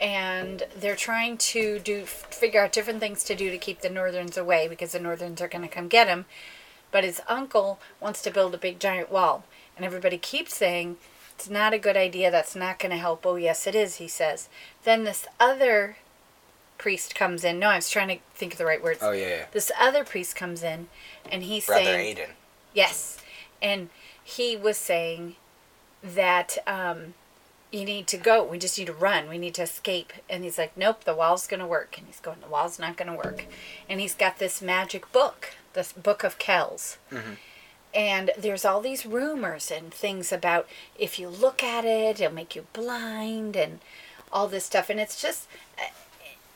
Speaker 2: And they're trying to do figure out different things to do to keep the northerns away because the northerns are going to come get him. But his uncle wants to build a big giant wall, and everybody keeps saying it's not a good idea. That's not going to help. Oh yes, it is. He says. Then this other priest comes in. No, I was trying to think of the right words.
Speaker 1: Oh yeah, yeah.
Speaker 2: This other priest comes in, and he's
Speaker 1: Brother
Speaker 2: saying,
Speaker 1: Aiden.
Speaker 2: Yes. And he was saying that um, you need to go. We just need to run. We need to escape. And he's like, nope, the wall's going to work. And he's going, the
Speaker 1: Mm-hmm.
Speaker 2: wall's not going to work. And he's got this magic book, this book of Kells. And there's all these rumors and things about if you look at it, it'll make you blind and all this stuff. And it's just, uh,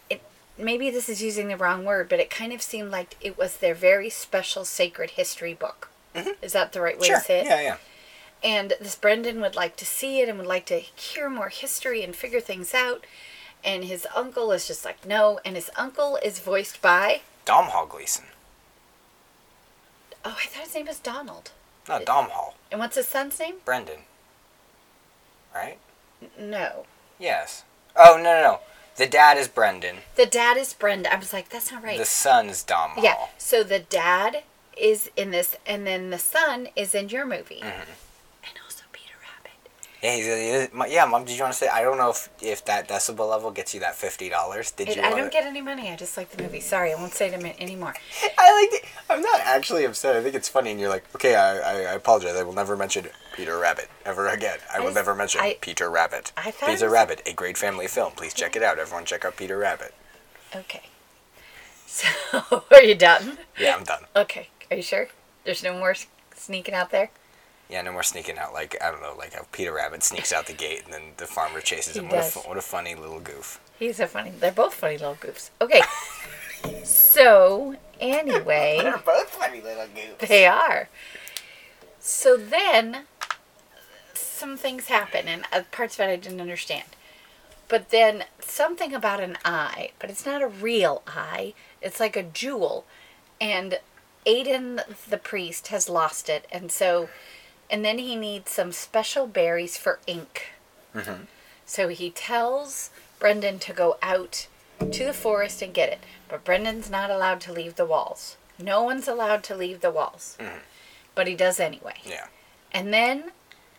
Speaker 2: it, maybe this is using the wrong word, but it kind of seemed like it was their very special sacred history book. Is that the right
Speaker 1: Mm-hmm.
Speaker 2: way
Speaker 1: Sure.
Speaker 2: to say it?
Speaker 1: Yeah, yeah.
Speaker 2: And this Brendan would like to see it and would like to hear more history and figure things out. And his uncle is just like, no. And his uncle is voiced by,
Speaker 1: Dom Hall Gleason.
Speaker 2: oh, I thought his name was Donald.
Speaker 1: Not Dom Hall.
Speaker 2: And what's his son's name?
Speaker 1: Brendan. Right?
Speaker 2: N- No.
Speaker 1: Yes. Oh, no, no, no. The dad is Brendan.
Speaker 2: The dad is Brenda. I was like, that's not right.
Speaker 1: The son is Dom Hall.
Speaker 2: yeah. So the dad is in this, and then the son is in your movie.
Speaker 1: Mm-hmm.
Speaker 2: And also Peter Rabbit.
Speaker 1: Yeah, he's, he- my- yeah, mom. Did you want to say? I don't know if, if that decibel level gets you that fifty dollars. Did
Speaker 2: It,
Speaker 1: you?
Speaker 2: I
Speaker 1: wanna-
Speaker 2: don't get any money. I just like the movie. Sorry, I won't say it a minute anymore.
Speaker 1: I liked it. I'm not actually upset. I think it's funny, and you're like, okay, I, I, I apologize. I will never mention Peter Rabbit ever again. I will
Speaker 2: I-
Speaker 1: never mention
Speaker 2: I-
Speaker 1: Peter Rabbit.
Speaker 2: I thought it
Speaker 1: Peter
Speaker 2: was-
Speaker 1: Rabbit, a great family film. Please check it out. Everyone, check out Peter Rabbit.
Speaker 2: Okay. So, [laughs] are you done?
Speaker 1: Yeah, I'm done.
Speaker 2: Okay. Are you sure? There's no more s- sneaking out there?
Speaker 1: Yeah, no more sneaking out. Like I don't know, like how Peter Rabbit sneaks out the gate, and then the farmer chases
Speaker 2: He
Speaker 1: him. What a,
Speaker 2: does.
Speaker 1: fu- what a funny little
Speaker 2: [laughs]
Speaker 1: goof.
Speaker 2: He's so funny. They're both funny little goofs. Okay. so, anyway.
Speaker 1: both funny little goofs.
Speaker 2: They are. So then, some things happen, and uh, parts of it I didn't understand. But then something about an eye, but it's not a real eye. It's like a jewel, and Aiden the priest has lost it, and so, and then he needs some special berries for ink. So he tells Brendan to go out to the forest and get it. But Brendan's not allowed to leave the walls. No one's allowed to leave the walls. But he does anyway.
Speaker 1: Yeah.
Speaker 2: And then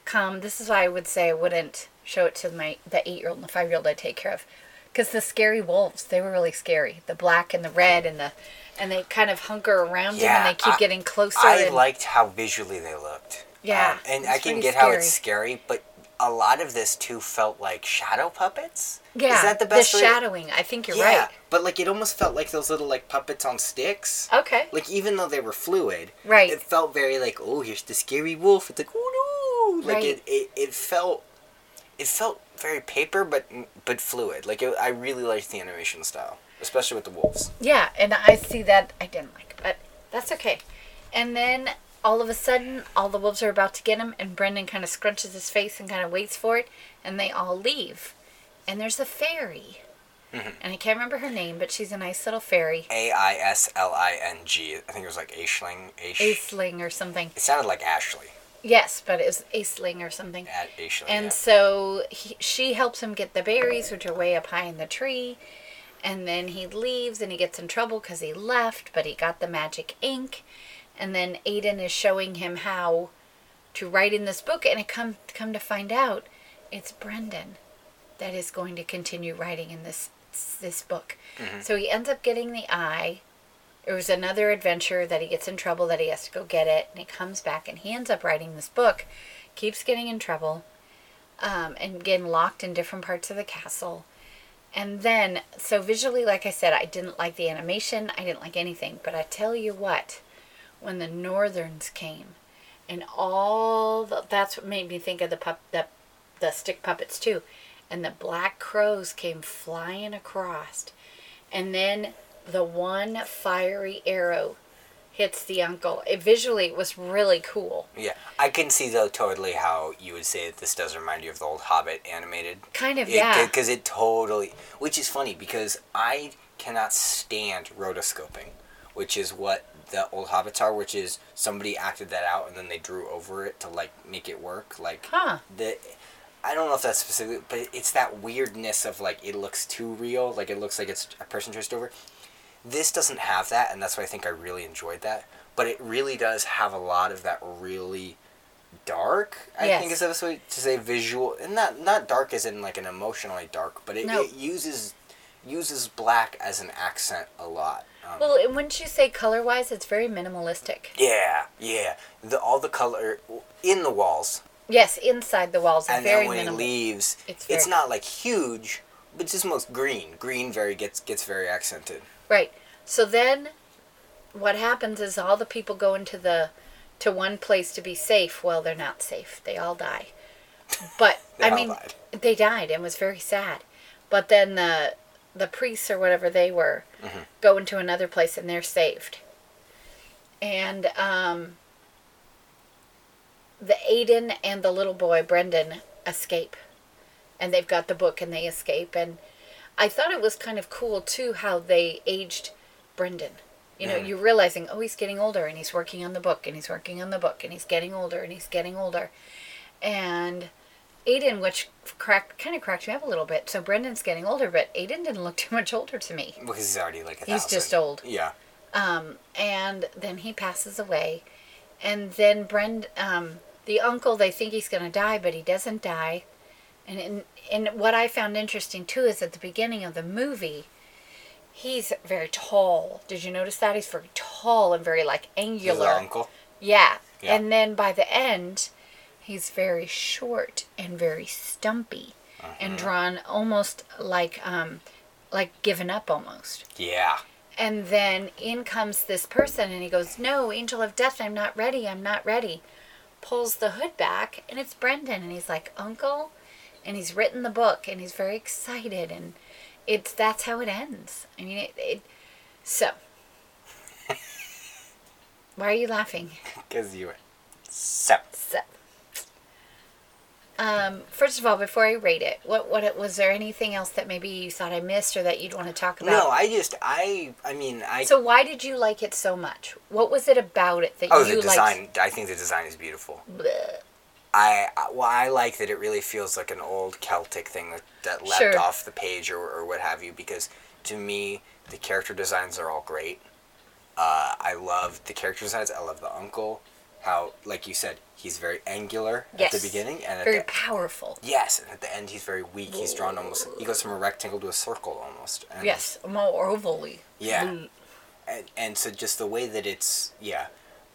Speaker 2: come, this is why I would say I wouldn't show it to my the eight year old and the five year old I take care of. Because the scary wolves, they were really scary. The black and the red and the and they kind of hunker around him and
Speaker 1: Yeah,
Speaker 2: they keep
Speaker 1: I-
Speaker 2: getting closer.
Speaker 1: I
Speaker 2: and-
Speaker 1: liked how visually they looked.
Speaker 2: Yeah,
Speaker 1: Um, and
Speaker 2: it's
Speaker 1: I can
Speaker 2: pretty
Speaker 1: get how it's scary, but a lot of this too felt like shadow puppets.
Speaker 2: yeah,
Speaker 1: Is that the best
Speaker 2: The
Speaker 1: way-
Speaker 2: shadowing. I think you're
Speaker 1: Yeah,
Speaker 2: right.
Speaker 1: But like it almost felt like those little like puppets on sticks.
Speaker 2: Okay.
Speaker 1: Like even though they were fluid,
Speaker 2: Right.
Speaker 1: It felt very like oh here's the scary wolf. It's like oh no. Like
Speaker 2: Right.
Speaker 1: it, it it felt it felt very paper but but fluid. Like it, I really liked the animation style, especially with the wolves.
Speaker 2: Yeah, and I see that I didn't like, but that's okay. And then all of a sudden, all the wolves are about to get him, and Brendan kind of scrunches his face and kind of waits for it, and they all leave. And there's a fairy, and I can't remember her name, but she's a nice little fairy,
Speaker 1: A I S L I N G. I think it was like Aisling. Aish.
Speaker 2: Aisling or something.
Speaker 1: It sounded like Ashley.
Speaker 2: Yes, but it was Aisling or something.
Speaker 1: At Aisling.
Speaker 2: And
Speaker 1: yeah.
Speaker 2: so he, she helps him get the berries, which are way up high in the tree. And then he leaves and he gets in trouble because he left, but he got the magic ink. And then Aiden is showing him how to write in this book. And it come, come to find out it's Brendan that is going to continue writing in this this book. So he ends up getting the eye. There was another adventure that he gets in trouble that he has to go get it, and he comes back and he ends up writing this book, keeps getting in trouble, um, and getting locked in different parts of the castle. And then, so visually, like I said, I didn't like the animation, I didn't like anything, but I tell you what, when the Northerns came, and all the, that's what made me think of the pup, the, the stick puppets too, and the black crows came flying across, and then the one fiery arrow hits the uncle. It visually it was really cool.
Speaker 1: Yeah, I can see though totally how you would say that this does remind you of the old Hobbit animated.
Speaker 2: Kind of, yeah.
Speaker 1: Because it totally, which is funny because I cannot stand rotoscoping, which is what the old Hobbits are, which is somebody acted that out and then they drew over it to like make it work. Like
Speaker 2: Huh.
Speaker 1: the, I don't know if that's specific, but it's that weirdness of like it looks too real, like it looks like it's a person traced over this doesn't have that and that's why i think i really enjoyed that but it really does have a lot of that really dark i
Speaker 2: Yes.
Speaker 1: think is the best way to say visual and not not dark as in like an emotionally dark but it,
Speaker 2: No.
Speaker 1: it uses uses black as an accent a lot um,
Speaker 2: Well, and wouldn't you say color wise, it's very minimalistic.
Speaker 1: yeah yeah the all the color in the walls
Speaker 2: Yes, inside the walls, and
Speaker 1: and
Speaker 2: very
Speaker 1: then when
Speaker 2: minimal.
Speaker 1: he leaves
Speaker 2: It's
Speaker 1: it's,
Speaker 2: very-
Speaker 1: not like huge but it's just most green green very gets gets very accented
Speaker 2: Right. So then, what happens is all the people go into the to one place to be safe. Well, they're not safe. They all die. But
Speaker 1: [laughs] They
Speaker 2: I
Speaker 1: all
Speaker 2: mean,
Speaker 1: died.
Speaker 2: they died and was very sad. But then the the priests or whatever they were
Speaker 1: Mm-hmm.
Speaker 2: go into another place and they're saved. And um, the Aiden and the little boy Brendan escape, and they've got the book and they escape. And I thought it was kind of cool too how they aged Brendan. You know, you're realizing, oh, he's getting older and he's working on the book and he's working on the book and he's getting older and he's getting older. And Aiden, which cracked kind of cracked me up a little bit. So Brendan's getting older, but Aiden didn't look [laughs] too much older to me.
Speaker 1: Because he's already like a
Speaker 2: He's
Speaker 1: thousand.
Speaker 2: just old.
Speaker 1: Yeah.
Speaker 2: Um, and then he passes away, and then Brend, um, the uncle, they think he's gonna die, but he doesn't die. And and and what I found interesting too is at the beginning of the movie, he's very tall. Did you notice that he's very tall and very like
Speaker 1: His
Speaker 2: angular?
Speaker 1: uncle.
Speaker 2: Yeah.
Speaker 1: Yeah.
Speaker 2: And then by the end, he's very short and very stumpy
Speaker 1: Uh-huh.
Speaker 2: and drawn almost like um like given up almost.
Speaker 1: Yeah.
Speaker 2: And then in comes this person and he goes, "No, angel of death, I'm not ready. I'm not ready." Pulls the hood back and it's Brendan and he's like, "Uncle." And he's written the book and he's very excited and it's that's how it ends. I mean, it, it so Why are you laughing?
Speaker 1: Because you were. So,
Speaker 2: So, um, first of all, before I rate it, what what was there anything else that maybe you thought I missed or that you'd want to talk about?
Speaker 1: no, I just I I mean I
Speaker 2: So why did you like it so much? What was it about it that
Speaker 1: oh
Speaker 2: you
Speaker 1: the design
Speaker 2: liked?
Speaker 1: I think the design is beautiful.
Speaker 2: Bleh.
Speaker 1: I I- well, I like that it really feels like an old Celtic thing that, that leapt
Speaker 2: Sure.
Speaker 1: off the page or, or what have you because to me the character designs are all great. Uh, I love the character designs. I love the uncle. How like you said he's very angular at
Speaker 2: Yes.
Speaker 1: the beginning and at
Speaker 2: Very
Speaker 1: the,
Speaker 2: powerful.
Speaker 1: yes and at the end he's very weak. He's drawn almost he goes from a rectangle to a circle almost. And
Speaker 2: Yes, more Mm, ovally.
Speaker 1: Yeah. And, and so just the way that it's yeah,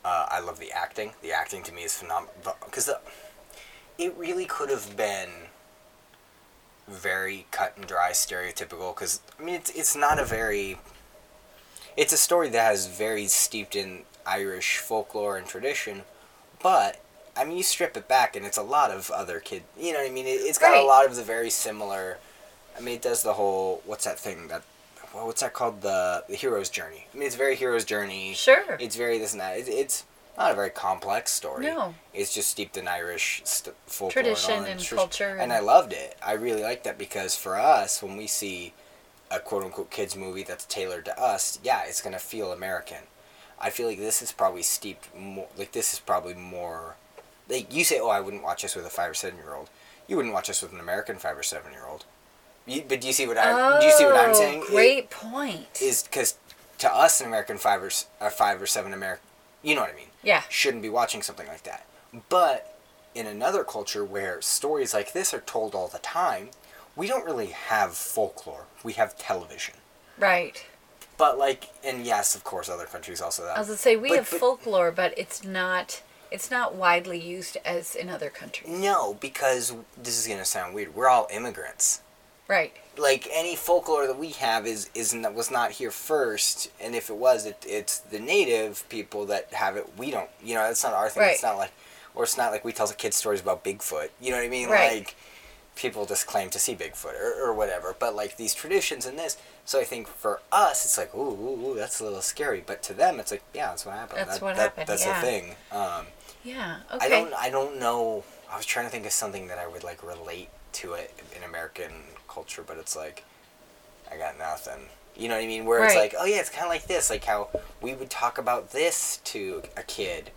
Speaker 1: uh, I love the acting. The acting to me is phenomenal because the it really could have been very cut and dry, stereotypical. Because I mean, it's it's not a very it's a story that has very steeped in Irish folklore and tradition, but I mean, you strip it back and it's a lot of other kid. You know what I mean? It, it's got
Speaker 2: Right.
Speaker 1: a lot of the very similar. I mean, it does the whole what's that thing that well, what's that called the the hero's journey. I mean, it's very hero's journey.
Speaker 2: Sure.
Speaker 1: It's very this and that. It, it's not a very complex story.
Speaker 2: No.
Speaker 1: It's just steeped in Irish st- folklore
Speaker 2: Tradition
Speaker 1: all that
Speaker 2: and
Speaker 1: tr-
Speaker 2: culture
Speaker 1: And
Speaker 2: and-
Speaker 1: I loved it. I really liked that because for us, when we see a quote unquote kids movie that's tailored to us, yeah, it's gonna feel American. I feel like this is probably steeped more. Like this is probably more. Like you say, oh, I wouldn't watch this with a five or seven year old. You wouldn't watch this with an American five or seven year old. You, but do you see what I?
Speaker 2: Oh,
Speaker 1: do you see what I'm saying? It-
Speaker 2: Great point.
Speaker 1: is because to us an American five or s- a five or seven American, you know what I mean,
Speaker 2: yeah.
Speaker 1: shouldn't be watching something like that. But in another culture where stories like this are told all the time, we don't really have folklore. We have television.
Speaker 2: Right.
Speaker 1: But like, and yes, of course, other countries also
Speaker 2: I
Speaker 1: that.
Speaker 2: was gonna say we
Speaker 1: But-
Speaker 2: have
Speaker 1: but-
Speaker 2: folklore, but it's not it's not widely used as in other countries.
Speaker 1: No, because this is gonna sound weird. We're all immigrants.
Speaker 2: Right.
Speaker 1: like any folklore that we have is is n- was not here first, and if it was, it, it's the native people that have it. We don't, you know, it's not our thing. It's
Speaker 2: Right.
Speaker 1: not like, or it's not like we tell the kids stories about Bigfoot. You know what I mean?
Speaker 2: Right.
Speaker 1: Like people just claim to see Bigfoot or, or whatever. But like these traditions and this, so I think for us, it's like, ooh, ooh, ooh that's a little scary. But to them, it's like, yeah, that's what happened.
Speaker 2: That's what happened,
Speaker 1: That's
Speaker 2: yeah.
Speaker 1: the thing. Um,
Speaker 2: Yeah.
Speaker 1: I
Speaker 2: Okay.
Speaker 1: don't. I don't know. I was trying to think of something that I would like relate to it in American culture, but it's like I got nothing. You know what I mean? Where it's
Speaker 2: Right.
Speaker 1: like, oh yeah, it's kind of like this, like how we would talk about this to a kid,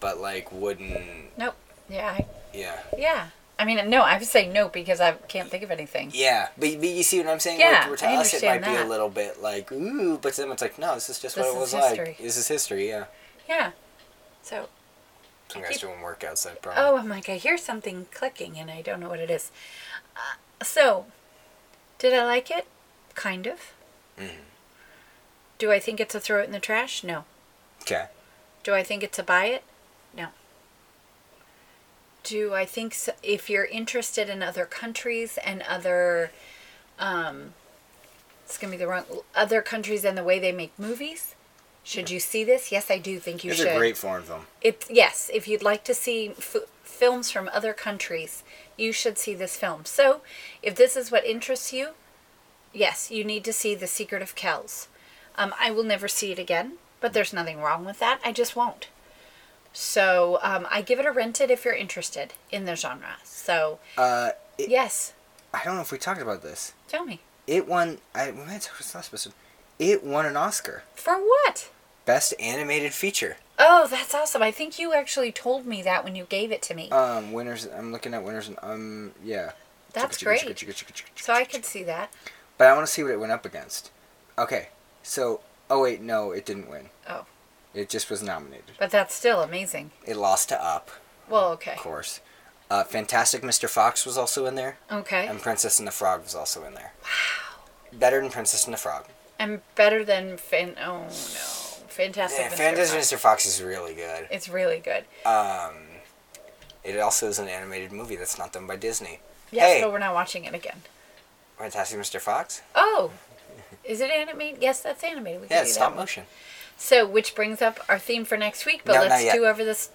Speaker 1: but like wouldn't.
Speaker 2: Nope. Yeah. I,
Speaker 1: Yeah.
Speaker 2: yeah. I mean, no. I would say no because I can't think of anything.
Speaker 1: Yeah, but, but you see what I'm saying?
Speaker 2: Yeah,
Speaker 1: like, where to
Speaker 2: I
Speaker 1: us it might
Speaker 2: understand
Speaker 1: be a
Speaker 2: that.
Speaker 1: little bit like ooh, but to them it's like no, this is just
Speaker 2: This
Speaker 1: what it was
Speaker 2: is history.
Speaker 1: like. This is history. Yeah.
Speaker 2: Yeah. So
Speaker 1: Some guys
Speaker 2: keep-
Speaker 1: doing workouts that probably.
Speaker 2: Oh, I'm like, I hear something clicking and I don't know what it is. Uh, so, did I like it? Kind of. Do I think it's a throw it in the trash? No. Oh.
Speaker 1: Okay.
Speaker 2: Do I think it's a buy it? No. Do I think so, if you're interested in other countries and other, um, it's gonna be the wrong other countries and the way they make movies? Should you see this? Yes, I do think you
Speaker 1: It's
Speaker 2: should.
Speaker 1: a great foreign film.
Speaker 2: It's yes. If you'd like to see f- films from other countries, you should see this film. So, if this is what interests you, yes, you need to see The Secret of Kells. Um, I will never see it again, but there's nothing wrong with that. I just won't. So, um, I give it a rented if you're interested in the genre. So,
Speaker 1: Uh, it,
Speaker 2: yes,
Speaker 1: I don't know if we talked about this.
Speaker 2: tell me
Speaker 1: It won. I we might talk about this last episode. It won an Oscar,
Speaker 2: for what?
Speaker 1: best animated feature.
Speaker 2: Oh, that's awesome. I think you actually told me that when you gave it to me.
Speaker 1: Um, winners. I'm looking at winners. and, Um, yeah.
Speaker 2: That's
Speaker 1: Chicka, chicka,
Speaker 2: great.
Speaker 1: chicka, chicka, chicka, chicka,
Speaker 2: So I
Speaker 1: chicka.
Speaker 2: could see that.
Speaker 1: But I want to see what it went up against. Okay, so oh wait, no, it didn't win.
Speaker 2: Oh.
Speaker 1: It just was nominated.
Speaker 2: But that's still amazing.
Speaker 1: It lost to Up,
Speaker 2: Well, okay.
Speaker 1: of course. Uh, Fantastic Mr. Fox was also in there,
Speaker 2: Okay.
Speaker 1: and Princess and the Frog was also in there. Wow. Better than Princess and the Frog.
Speaker 2: I'm better than Fan. Oh no, Fantastic.
Speaker 1: Yeah,
Speaker 2: Mr.
Speaker 1: Fantastic
Speaker 2: Fox.
Speaker 1: Mr. Fox is really good.
Speaker 2: It's really good.
Speaker 1: Um, it also is an animated movie that's not done by Disney.
Speaker 2: Yes,
Speaker 1: Hey.
Speaker 2: but we're not watching it again.
Speaker 1: Fantastic Mr. Fox?
Speaker 2: Oh, is it animated? Yes, that's animated. We can
Speaker 1: Yeah,
Speaker 2: do
Speaker 1: it's
Speaker 2: that
Speaker 1: stop
Speaker 2: one.
Speaker 1: motion.
Speaker 2: So, which brings up our theme for next week. But
Speaker 1: No, not
Speaker 2: let's
Speaker 1: yet.
Speaker 2: do
Speaker 1: [laughs]
Speaker 2: over this.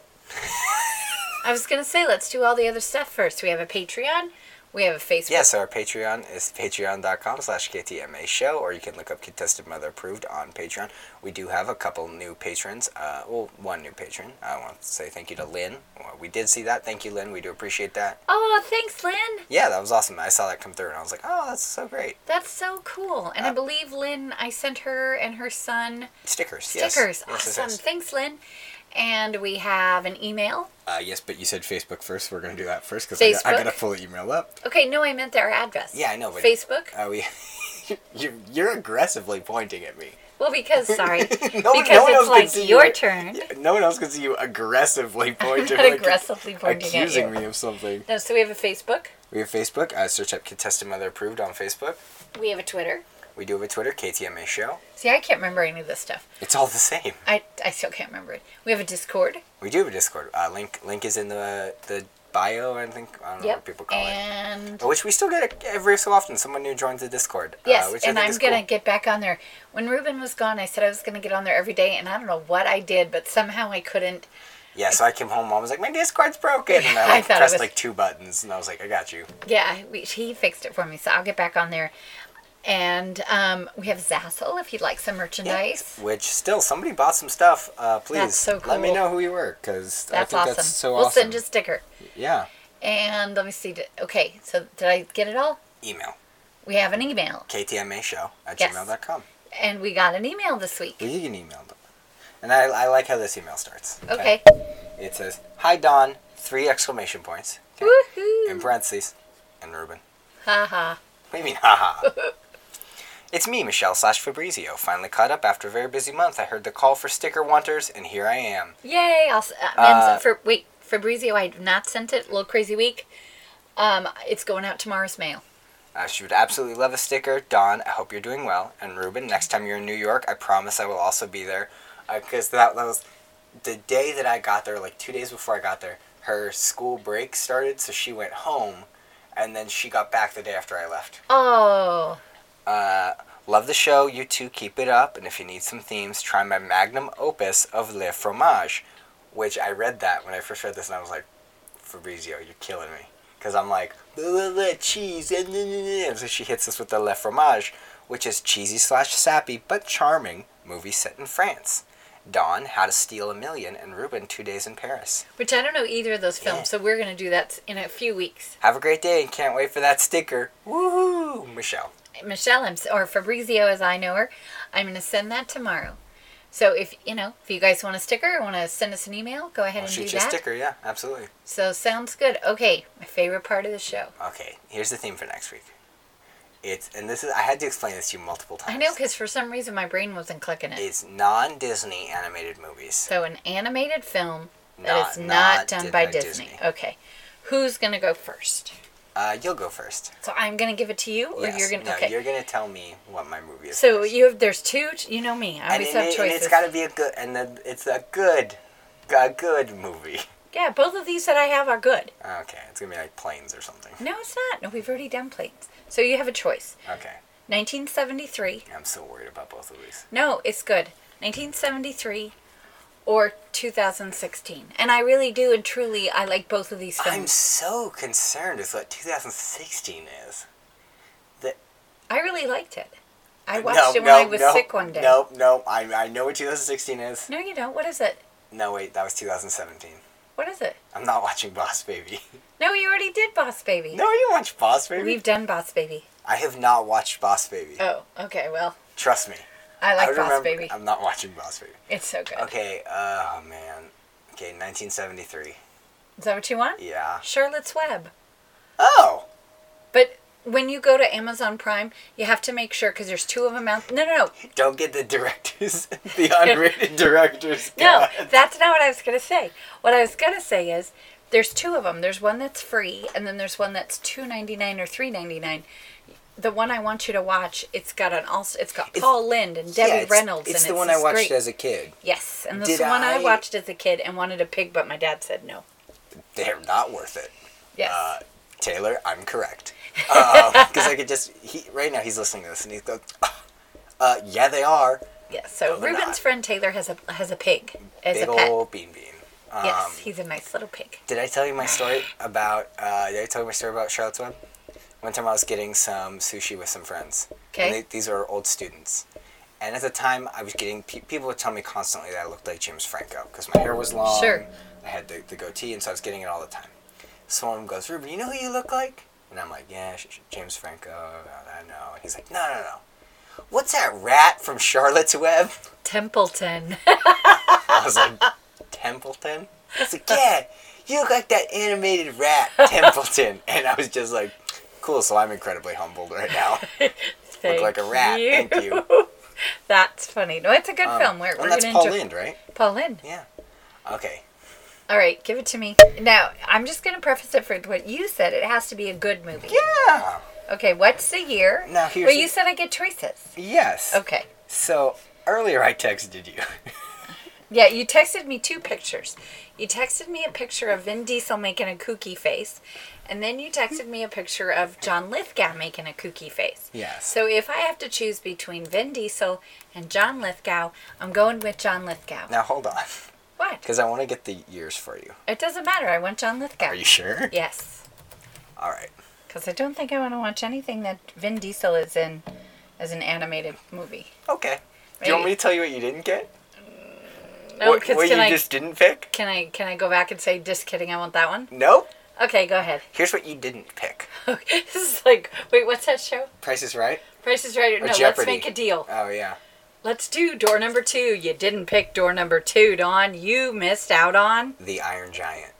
Speaker 2: I was gonna say let's do all the other stuff first. We have a Patreon. We have a Facebook.
Speaker 1: Yeah, so our Patreon is patreon.com slash KTMA show, or you can look up Contested Mother Approved on Patreon. We do have a couple new patrons. Uh, well, one new patron. I want to say thank you to Lynn. Well, we did see that. Thank you, Lynn. We do appreciate that.
Speaker 2: Oh, thanks, Lynn.
Speaker 1: Yeah, that was awesome. I saw that come through, and I was like, oh, that's so great.
Speaker 2: That's so cool.
Speaker 1: Uh,
Speaker 2: And I believe Lynn, I sent her and her son
Speaker 1: Stickers. yes.
Speaker 2: stickers.
Speaker 1: Yes, yes,
Speaker 2: awesome.
Speaker 1: yes.
Speaker 2: Thanks, Lynn. And we have an email.
Speaker 1: Uh, yes, but you said Facebook first. We're going to do that first because I, got- I
Speaker 2: Facebook?
Speaker 1: got to pull the email up.
Speaker 2: Okay, no, I meant our address.
Speaker 1: Yeah, I know, but-
Speaker 2: Facebook.
Speaker 1: Uh, [laughs] we, you're, you're aggressively pointing at me.
Speaker 2: well, because
Speaker 1: [laughs]
Speaker 2: sorry,
Speaker 1: No, one-
Speaker 2: because
Speaker 1: no one else
Speaker 2: it's
Speaker 1: can
Speaker 2: like
Speaker 1: see
Speaker 2: your
Speaker 1: you.
Speaker 2: turn.
Speaker 1: Yeah, no one else can see you
Speaker 2: [laughs]
Speaker 1: aggressively pointing.
Speaker 2: not
Speaker 1: like,
Speaker 2: aggressively pointing at
Speaker 1: accusing
Speaker 2: you.
Speaker 1: me of something.
Speaker 2: No, so we have a Facebook.
Speaker 1: We have Facebook. Uh, search up Contested Mother Approved on Facebook.
Speaker 2: We have a Twitter.
Speaker 1: We do have a Twitter, KTMA Show.
Speaker 2: See, I can't remember any of this stuff.
Speaker 1: It's all the same.
Speaker 2: I I still can't remember it. We have a Discord.
Speaker 1: We do have a Discord. Uh, link link is in the the bio. I think I don't know what Oh, people call it. Uh,
Speaker 2: And
Speaker 1: But Which we still get every so often. Someone new joins the Discord.
Speaker 2: yes,
Speaker 1: uh, which
Speaker 2: and
Speaker 1: I think
Speaker 2: I'm
Speaker 1: is
Speaker 2: gonna
Speaker 1: cool.
Speaker 2: get back on there. When Ruben was gone, I said I was gonna get on there every day, and I don't know what I did, but somehow I couldn't.
Speaker 1: Yeah, so I came home. Mom was like, "My Discord's broken," and I,
Speaker 2: [laughs] I
Speaker 1: like,
Speaker 2: thought it
Speaker 1: pressed
Speaker 2: was-
Speaker 1: like two buttons, and I was like, "I got you."
Speaker 2: Yeah, I- we, he fixed it for me, so I'll get back on there. And um, we have Zazzle if you'd like some merchandise.
Speaker 1: [laughs] Which still, somebody bought some stuff. Uh, please
Speaker 2: That's so
Speaker 1: let me
Speaker 2: cool.
Speaker 1: know who you were, because I
Speaker 2: That's
Speaker 1: think
Speaker 2: awesome.
Speaker 1: that's so
Speaker 2: we'll
Speaker 1: awesome.
Speaker 2: send you a sticker.
Speaker 1: Yeah,
Speaker 2: And let me see. did- Okay, so did I get it all?
Speaker 1: email
Speaker 2: We have an email,
Speaker 1: ktma show at
Speaker 2: Yes.
Speaker 1: gmail.com.
Speaker 2: and we got an email this week.
Speaker 1: Well, you can email them. And I, I like how this email starts.
Speaker 2: Okay.
Speaker 1: It says, "Hi Don!" Three exclamation points. Okay. In
Speaker 2: Woohoo!
Speaker 1: parentheses, and Ruben.
Speaker 2: Haha.
Speaker 1: What do you mean, [laughs] haha?
Speaker 2: [laughs]
Speaker 1: it's me, Michelle slash Fabrizio. Finally caught up after a very busy month. I heard the call for sticker wanters, and here I am.
Speaker 2: Yay! I'll, s- uh,
Speaker 1: Uh,
Speaker 2: men's, for, wait, Fabrizio, I have not sent it. Little crazy week. Um, it's going out tomorrow's mail.
Speaker 1: Uh, she would absolutely love a sticker. Don, I hope you're doing well. And Ruben, next time you're in New York, I promise I will also be there. Because that, that was the day that I got there, like two days before I got there, her school break started, so she went home, and then she got back the day after I left.
Speaker 2: Oh,
Speaker 1: Uh, love the show. You two keep it up. And if you need some themes, try my magnum opus of Le Fromage, which I read that when I first read this, and I was like, Fabrizio, you're killing me. Because I'm like, "La, la, la, cheese. And then- and then-" and so she hits us with the Le Fromage, which is cheesy slash sappy but charming movie set in France. Dawn, How to Steal a Million, and Ruben, Two Days in Paris.
Speaker 2: which I don't know either of those films,
Speaker 1: Yeah.
Speaker 2: so we're gonna do that in a few weeks.
Speaker 1: Have a great day and can't wait for that sticker. Woohoo! Michelle.
Speaker 2: Michelle, I'm, s- or Fabrizio as I know her, I'm gonna send that tomorrow. So if you know, if you guys want a sticker or want to send us an email, go ahead
Speaker 1: I'll
Speaker 2: and do
Speaker 1: Oh, shoot you a
Speaker 2: that.
Speaker 1: sticker, yeah, absolutely.
Speaker 2: So sounds good. Okay, my favorite part of the show.
Speaker 1: Okay, here's the theme for next week. It's and this is I had to explain this to you multiple times.
Speaker 2: I know because for some reason my brain wasn't clicking it.
Speaker 1: It's non-Disney animated movies.
Speaker 2: So an animated film that
Speaker 1: Not-
Speaker 2: is not,
Speaker 1: not
Speaker 2: done
Speaker 1: done
Speaker 2: by
Speaker 1: by
Speaker 2: Disney.
Speaker 1: Disney.
Speaker 2: Okay, who's gonna go first?
Speaker 1: Uh, you'll go first.
Speaker 2: So I'm gonna give it to you, or
Speaker 1: Yes.
Speaker 2: you're gonna.
Speaker 1: no,
Speaker 2: okay.
Speaker 1: you're gonna tell me what my movie is.
Speaker 2: so
Speaker 1: first.
Speaker 2: you have there's two. You know me. I
Speaker 1: and,
Speaker 2: always
Speaker 1: it,
Speaker 2: have
Speaker 1: and
Speaker 2: choices.
Speaker 1: it's got to be a good and then it's a good, a good movie.
Speaker 2: Yeah, both of these that I have are good.
Speaker 1: Okay, it's gonna be like planes or something.
Speaker 2: No, it's not. No, we've already done planes. So you have a choice.
Speaker 1: Okay,
Speaker 2: 1973.
Speaker 1: I'm so worried about both of these.
Speaker 2: No, it's good. 1973 or 2016. And I really do and truly I like both of these
Speaker 1: I'm
Speaker 2: films.
Speaker 1: so concerned with what 2016 is. That
Speaker 2: i really liked it. I
Speaker 1: no,
Speaker 2: watched it when
Speaker 1: no,
Speaker 2: I was
Speaker 1: no,
Speaker 2: sick one day.
Speaker 1: No, no, I, I know what 2016 is.
Speaker 2: No, you don't. What is it?
Speaker 1: No, wait, that was 2017.
Speaker 2: What is it?
Speaker 1: I'm not [laughs] watching Boss
Speaker 2: [laughs]
Speaker 1: Baby.
Speaker 2: No, you already did Boss Baby.
Speaker 1: no, you watch Boss Baby.
Speaker 2: We've done Boss Baby.
Speaker 1: I have not watched Boss Baby.
Speaker 2: Oh, okay. Well,
Speaker 1: Trust me.
Speaker 2: I like
Speaker 1: I
Speaker 2: Boss
Speaker 1: remember-
Speaker 2: Baby.
Speaker 1: I'm not watching Boss Baby.
Speaker 2: it's so good.
Speaker 1: Okay, oh man. Okay, 1973.
Speaker 2: Is that what you want?
Speaker 1: Yeah.
Speaker 2: Charlotte's Web.
Speaker 1: Oh!
Speaker 2: But when you go to Amazon Prime, you have to make sure because there's two of them out. No, no, no,
Speaker 1: Don't get the directors, [laughs]
Speaker 2: [laughs]
Speaker 1: the unrated directors.
Speaker 2: no.
Speaker 1: cut.
Speaker 2: That's not what I was gonna say. What I was gonna say is there's two of them. There's one that's free, and then there's one that's two ninety nine or three ninety nine. The one I want you to watch, it's got an also, it's got Paul Lind and
Speaker 1: Yeah,
Speaker 2: Debbie
Speaker 1: it's-
Speaker 2: Reynolds.
Speaker 1: It's
Speaker 2: and
Speaker 1: the
Speaker 2: it's
Speaker 1: one I
Speaker 2: this
Speaker 1: watched
Speaker 2: great-
Speaker 1: as a kid.
Speaker 2: Yes, and this
Speaker 1: Did
Speaker 2: the one I...
Speaker 1: I-
Speaker 2: watched as a kid and wanted a pig, but my dad said no.
Speaker 1: They're not worth it.
Speaker 2: Yes.
Speaker 1: Uh, Taylor, I'm
Speaker 2: [laughs]
Speaker 1: correct. Because I could just, he, right now he's listening to this and he's going, uh, yeah, they are.
Speaker 2: yes. So
Speaker 1: no, they're
Speaker 2: Ruben's
Speaker 1: not.
Speaker 2: friend Taylor has a has a pig as
Speaker 1: Big
Speaker 2: a pet.
Speaker 1: ol' bean bean. Um,
Speaker 2: yes, he's a nice little pig.
Speaker 1: Did I tell you my story about? Uh, did I tell you my story about Charlotte's Web? One time I was getting some sushi with some friends.
Speaker 2: Okay.
Speaker 1: And they- these are old students, and at the time I was getting pe- people would tell me constantly that I looked like James Franco because my hair was long.
Speaker 2: Sure.
Speaker 1: I had the, the goatee, and so I was getting it all the time. So one of them goes, "Ruben, you know who you look like?" And I'm like, "Yeah, sh- Sh- James Franco. I know." And he's like, "No, no, no. What's that rat from Charlotte's Web?"
Speaker 2: Templeton. [laughs]
Speaker 1: I was like, Templeton? I was like, yeah, you look like that animated rat, Templeton. [laughs] And I was just like, cool, so I'm incredibly humbled right now.
Speaker 2: Thank
Speaker 1: like a rat.
Speaker 2: You.
Speaker 1: Thank
Speaker 2: [laughs]
Speaker 1: you.
Speaker 2: That's funny. No, it's a good film. We're, we're
Speaker 1: and that's
Speaker 2: gonna
Speaker 1: Paul
Speaker 2: enjoy.
Speaker 1: Lind, right?
Speaker 2: Paul Lynn.
Speaker 1: Yeah. Okay.
Speaker 2: All right, give it to me. Now, I'm just gonna preface it for what you said. It has to be a good movie.
Speaker 1: Yeah.
Speaker 2: Okay, what's the year?
Speaker 1: Now, here's
Speaker 2: Well,
Speaker 1: the-
Speaker 2: you said I get choices.
Speaker 1: Yes.
Speaker 2: Okay.
Speaker 1: So earlier I texted you. [laughs]
Speaker 2: Yeah, you texted me two pictures. You texted me a picture of Vin Diesel making a kooky face, and then you texted me a picture of John Lithgow making a kooky face.
Speaker 1: Yes.
Speaker 2: So if I have to choose between Vin Diesel and John Lithgow, I'm going with John Lithgow.
Speaker 1: now hold on,
Speaker 2: What?
Speaker 1: because I want to get the years for you.
Speaker 2: It doesn't matter. I want John Lithgow.
Speaker 1: Are you sure?
Speaker 2: Yes,
Speaker 1: All right.
Speaker 2: because I don't think I want to watch anything that Vin Diesel is in as an animated movie.
Speaker 1: Okay. Do you want me
Speaker 2: Maybe.
Speaker 1: to tell you what you didn't get?
Speaker 2: No,
Speaker 1: what
Speaker 2: because
Speaker 1: what you
Speaker 2: Oh, can I
Speaker 1: just didn't pick?
Speaker 2: can I can I go back and say just kidding? I want that one.
Speaker 1: Nope.
Speaker 2: Okay, go ahead. [laughs]
Speaker 1: Here's what you didn't pick.
Speaker 2: this is like wait, what's that show?
Speaker 1: Price is Right?
Speaker 2: Price is Right. or
Speaker 1: Or
Speaker 2: No, let's
Speaker 1: Jeopardy.
Speaker 2: make a deal.
Speaker 1: Oh, yeah.
Speaker 2: Let's do door number two. You didn't pick door number two, Dawn. You missed out on.
Speaker 1: The Iron Giant.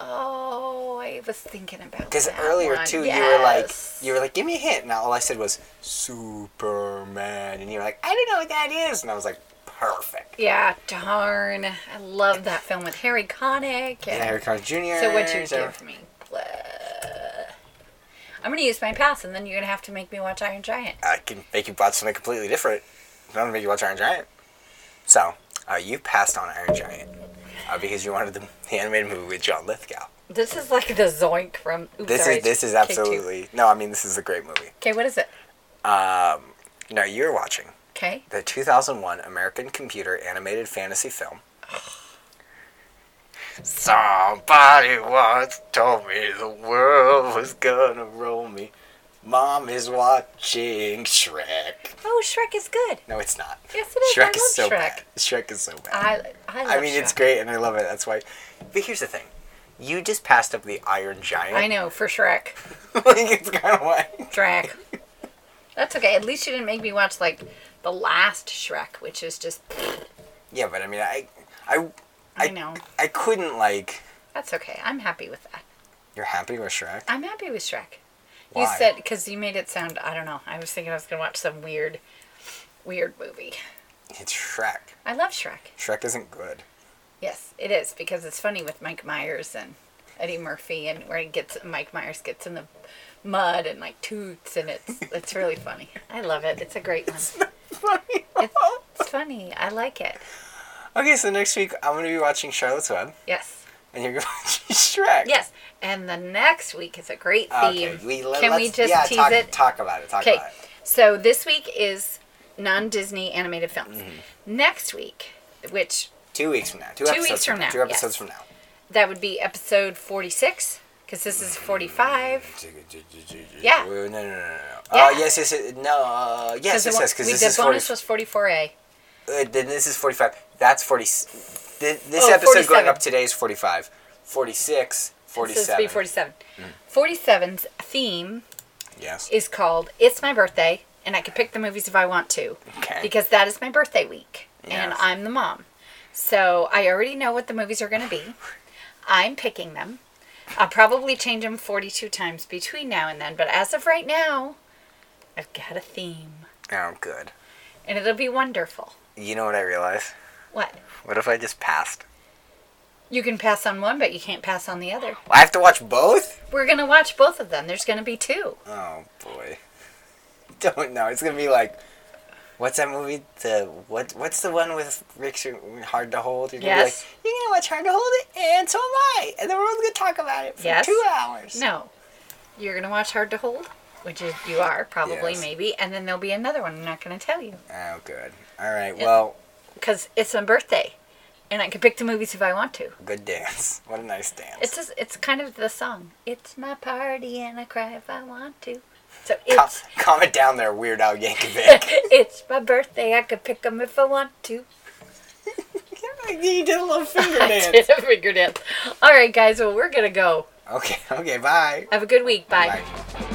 Speaker 2: Oh, I was thinking about
Speaker 1: Because
Speaker 2: that
Speaker 1: earlier
Speaker 2: one.
Speaker 1: too, you were like,
Speaker 2: Yes.
Speaker 1: you were like, give me a hint, and all I said was Superman, and you were like, I don't know what that is, and I was like, perfect.
Speaker 2: yeah, darn. I love that film with Harry Connick.
Speaker 1: And
Speaker 2: And
Speaker 1: Harry Connick Jr.
Speaker 2: So what you
Speaker 1: so-
Speaker 2: give me? Blah. I'm gonna use my pass, and then you're gonna have to make me watch Iron Giant.
Speaker 1: I can make you watch something completely different. I'm gonna make you watch Iron Giant. So uh, you passed on Iron Giant uh, because you wanted the, the animated movie with John Lithgow.
Speaker 2: This is like the zoink from. Oops,
Speaker 1: This
Speaker 2: sorry, I
Speaker 1: is this is
Speaker 2: kicked you.
Speaker 1: absolutely no. I mean, this is a great movie.
Speaker 2: Okay, what is it?
Speaker 1: Um, no, you're watching
Speaker 2: Okay.
Speaker 1: the 2001 American computer animated fantasy film. Somebody once told me the world was gonna roll me. Mom is watching Shrek.
Speaker 2: Oh, Shrek is good.
Speaker 1: No, it's not.
Speaker 2: Yes, it is. I
Speaker 1: Shrek
Speaker 2: love
Speaker 1: is so
Speaker 2: Shrek.
Speaker 1: bad. Shrek is so bad.
Speaker 2: I I, love
Speaker 1: I, mean, it's
Speaker 2: Shrek.
Speaker 1: great and I love it. That's why. But here's the thing you just passed up the Iron Giant.
Speaker 2: I know for Shrek,
Speaker 1: [laughs] like, it's kind of like. [laughs]
Speaker 2: Shrek. That's okay. At least you didn't make me watch like the last Shrek, which is just
Speaker 1: Yeah, but I mean, I. I,
Speaker 2: I know.
Speaker 1: I couldn't, like.
Speaker 2: That's okay. I'm happy with that.
Speaker 1: You're happy with Shrek?
Speaker 2: I'm happy with Shrek. You
Speaker 1: Why?
Speaker 2: said because you made it sound. I don't know. I was thinking I was gonna watch some weird, weird movie.
Speaker 1: It's Shrek.
Speaker 2: I love Shrek.
Speaker 1: Shrek isn't good.
Speaker 2: Yes, it is because it's funny with Mike Myers and Eddie Murphy, and where he gets Mike Myers gets in the mud and like toots, and it's it's really funny. I love it. It's
Speaker 1: [laughs]
Speaker 2: a great one. It's,
Speaker 1: Funny.
Speaker 2: it's funny. I like it.
Speaker 1: [laughs] Okay, so next week I'm gonna be watching Charlotte's Web,
Speaker 2: Yes.
Speaker 1: and you're gonna [laughs] watch Shrek.
Speaker 2: Yes. And the next week is a great theme.
Speaker 1: Okay. We, let,
Speaker 2: Can
Speaker 1: us
Speaker 2: we just
Speaker 1: yeah,
Speaker 2: tease
Speaker 1: talk,
Speaker 2: it?
Speaker 1: Talk about it. Talk
Speaker 2: Okay.
Speaker 1: about it.
Speaker 2: So this week is non Disney animated films.
Speaker 1: Mm-hmm.
Speaker 2: Next week, which
Speaker 1: Two weeks from now. Two,
Speaker 2: Two
Speaker 1: episodes
Speaker 2: weeks from now,
Speaker 1: Two episodes
Speaker 2: yes.
Speaker 1: from now.
Speaker 2: that would be episode 46, because this is 45. Yeah.
Speaker 1: No, no, no, no, no.
Speaker 2: Yeah.
Speaker 1: Uh, yes, yes, yes, no, uh, yes, yes,
Speaker 2: the one-
Speaker 1: yes, because
Speaker 2: we-
Speaker 1: this
Speaker 2: the
Speaker 1: is
Speaker 2: bonus
Speaker 1: 40,
Speaker 2: was 44A.
Speaker 1: uh, then this is 45. That's 40. This, this
Speaker 2: Oh,
Speaker 1: episode going
Speaker 2: 47.
Speaker 1: up today is 45. 46,
Speaker 2: So this
Speaker 1: 47.
Speaker 2: would be 47. 47's theme
Speaker 1: Yes.
Speaker 2: is called It's My Birthday, and I can pick the movies if I want to.
Speaker 1: Okay.
Speaker 2: Because that is my birthday week, and
Speaker 1: Yes.
Speaker 2: I'm the mom. So I already know what the movies are going to be. I'm picking them. I'll probably change them 42 times between now and then, but as of right now, I've got a theme,
Speaker 1: Oh, good.
Speaker 2: and it'll be wonderful.
Speaker 1: You know what I realized?
Speaker 2: What?
Speaker 1: What if I just passed?
Speaker 2: You can pass on one, but you can't pass on the other.
Speaker 1: I have to watch both?
Speaker 2: We're going to watch both of them. There's going to be two.
Speaker 1: Oh, boy. [laughs] Don't know. It's going to be like. What's that movie? The what? What's the one with Rick Sh- Hard to Hold? You're gonna be
Speaker 2: Yes.
Speaker 1: like, You're gonna watch Hard to Hold it, and so am I, and then we're gonna talk about it for
Speaker 2: Yes.
Speaker 1: two hours.
Speaker 2: No. You're going to watch Hard to Hold, which is you are probably
Speaker 1: Yes.
Speaker 2: maybe, and then there'll be another one. I'm not going to tell you
Speaker 1: Oh, good. All right. Well,
Speaker 2: because it's my birthday, and I can pick the movies if I want to.
Speaker 1: good dance. [laughs] What a nice dance.
Speaker 2: It's just, it's kind of the song. It's my party, and I cry if I want to. So
Speaker 1: Com- [laughs]
Speaker 2: it's
Speaker 1: comment down there, Weird Al
Speaker 2: [laughs]
Speaker 1: Yankovic. [laughs]
Speaker 2: it's my birthday. I could pick 'em if I want to.
Speaker 1: you did a little finger
Speaker 2: [laughs] I
Speaker 1: dance.
Speaker 2: did a finger dance. All right, guys. Well, we're gonna go.
Speaker 1: Okay. Okay. Bye.
Speaker 2: Have a good week. Bye.
Speaker 1: Bye.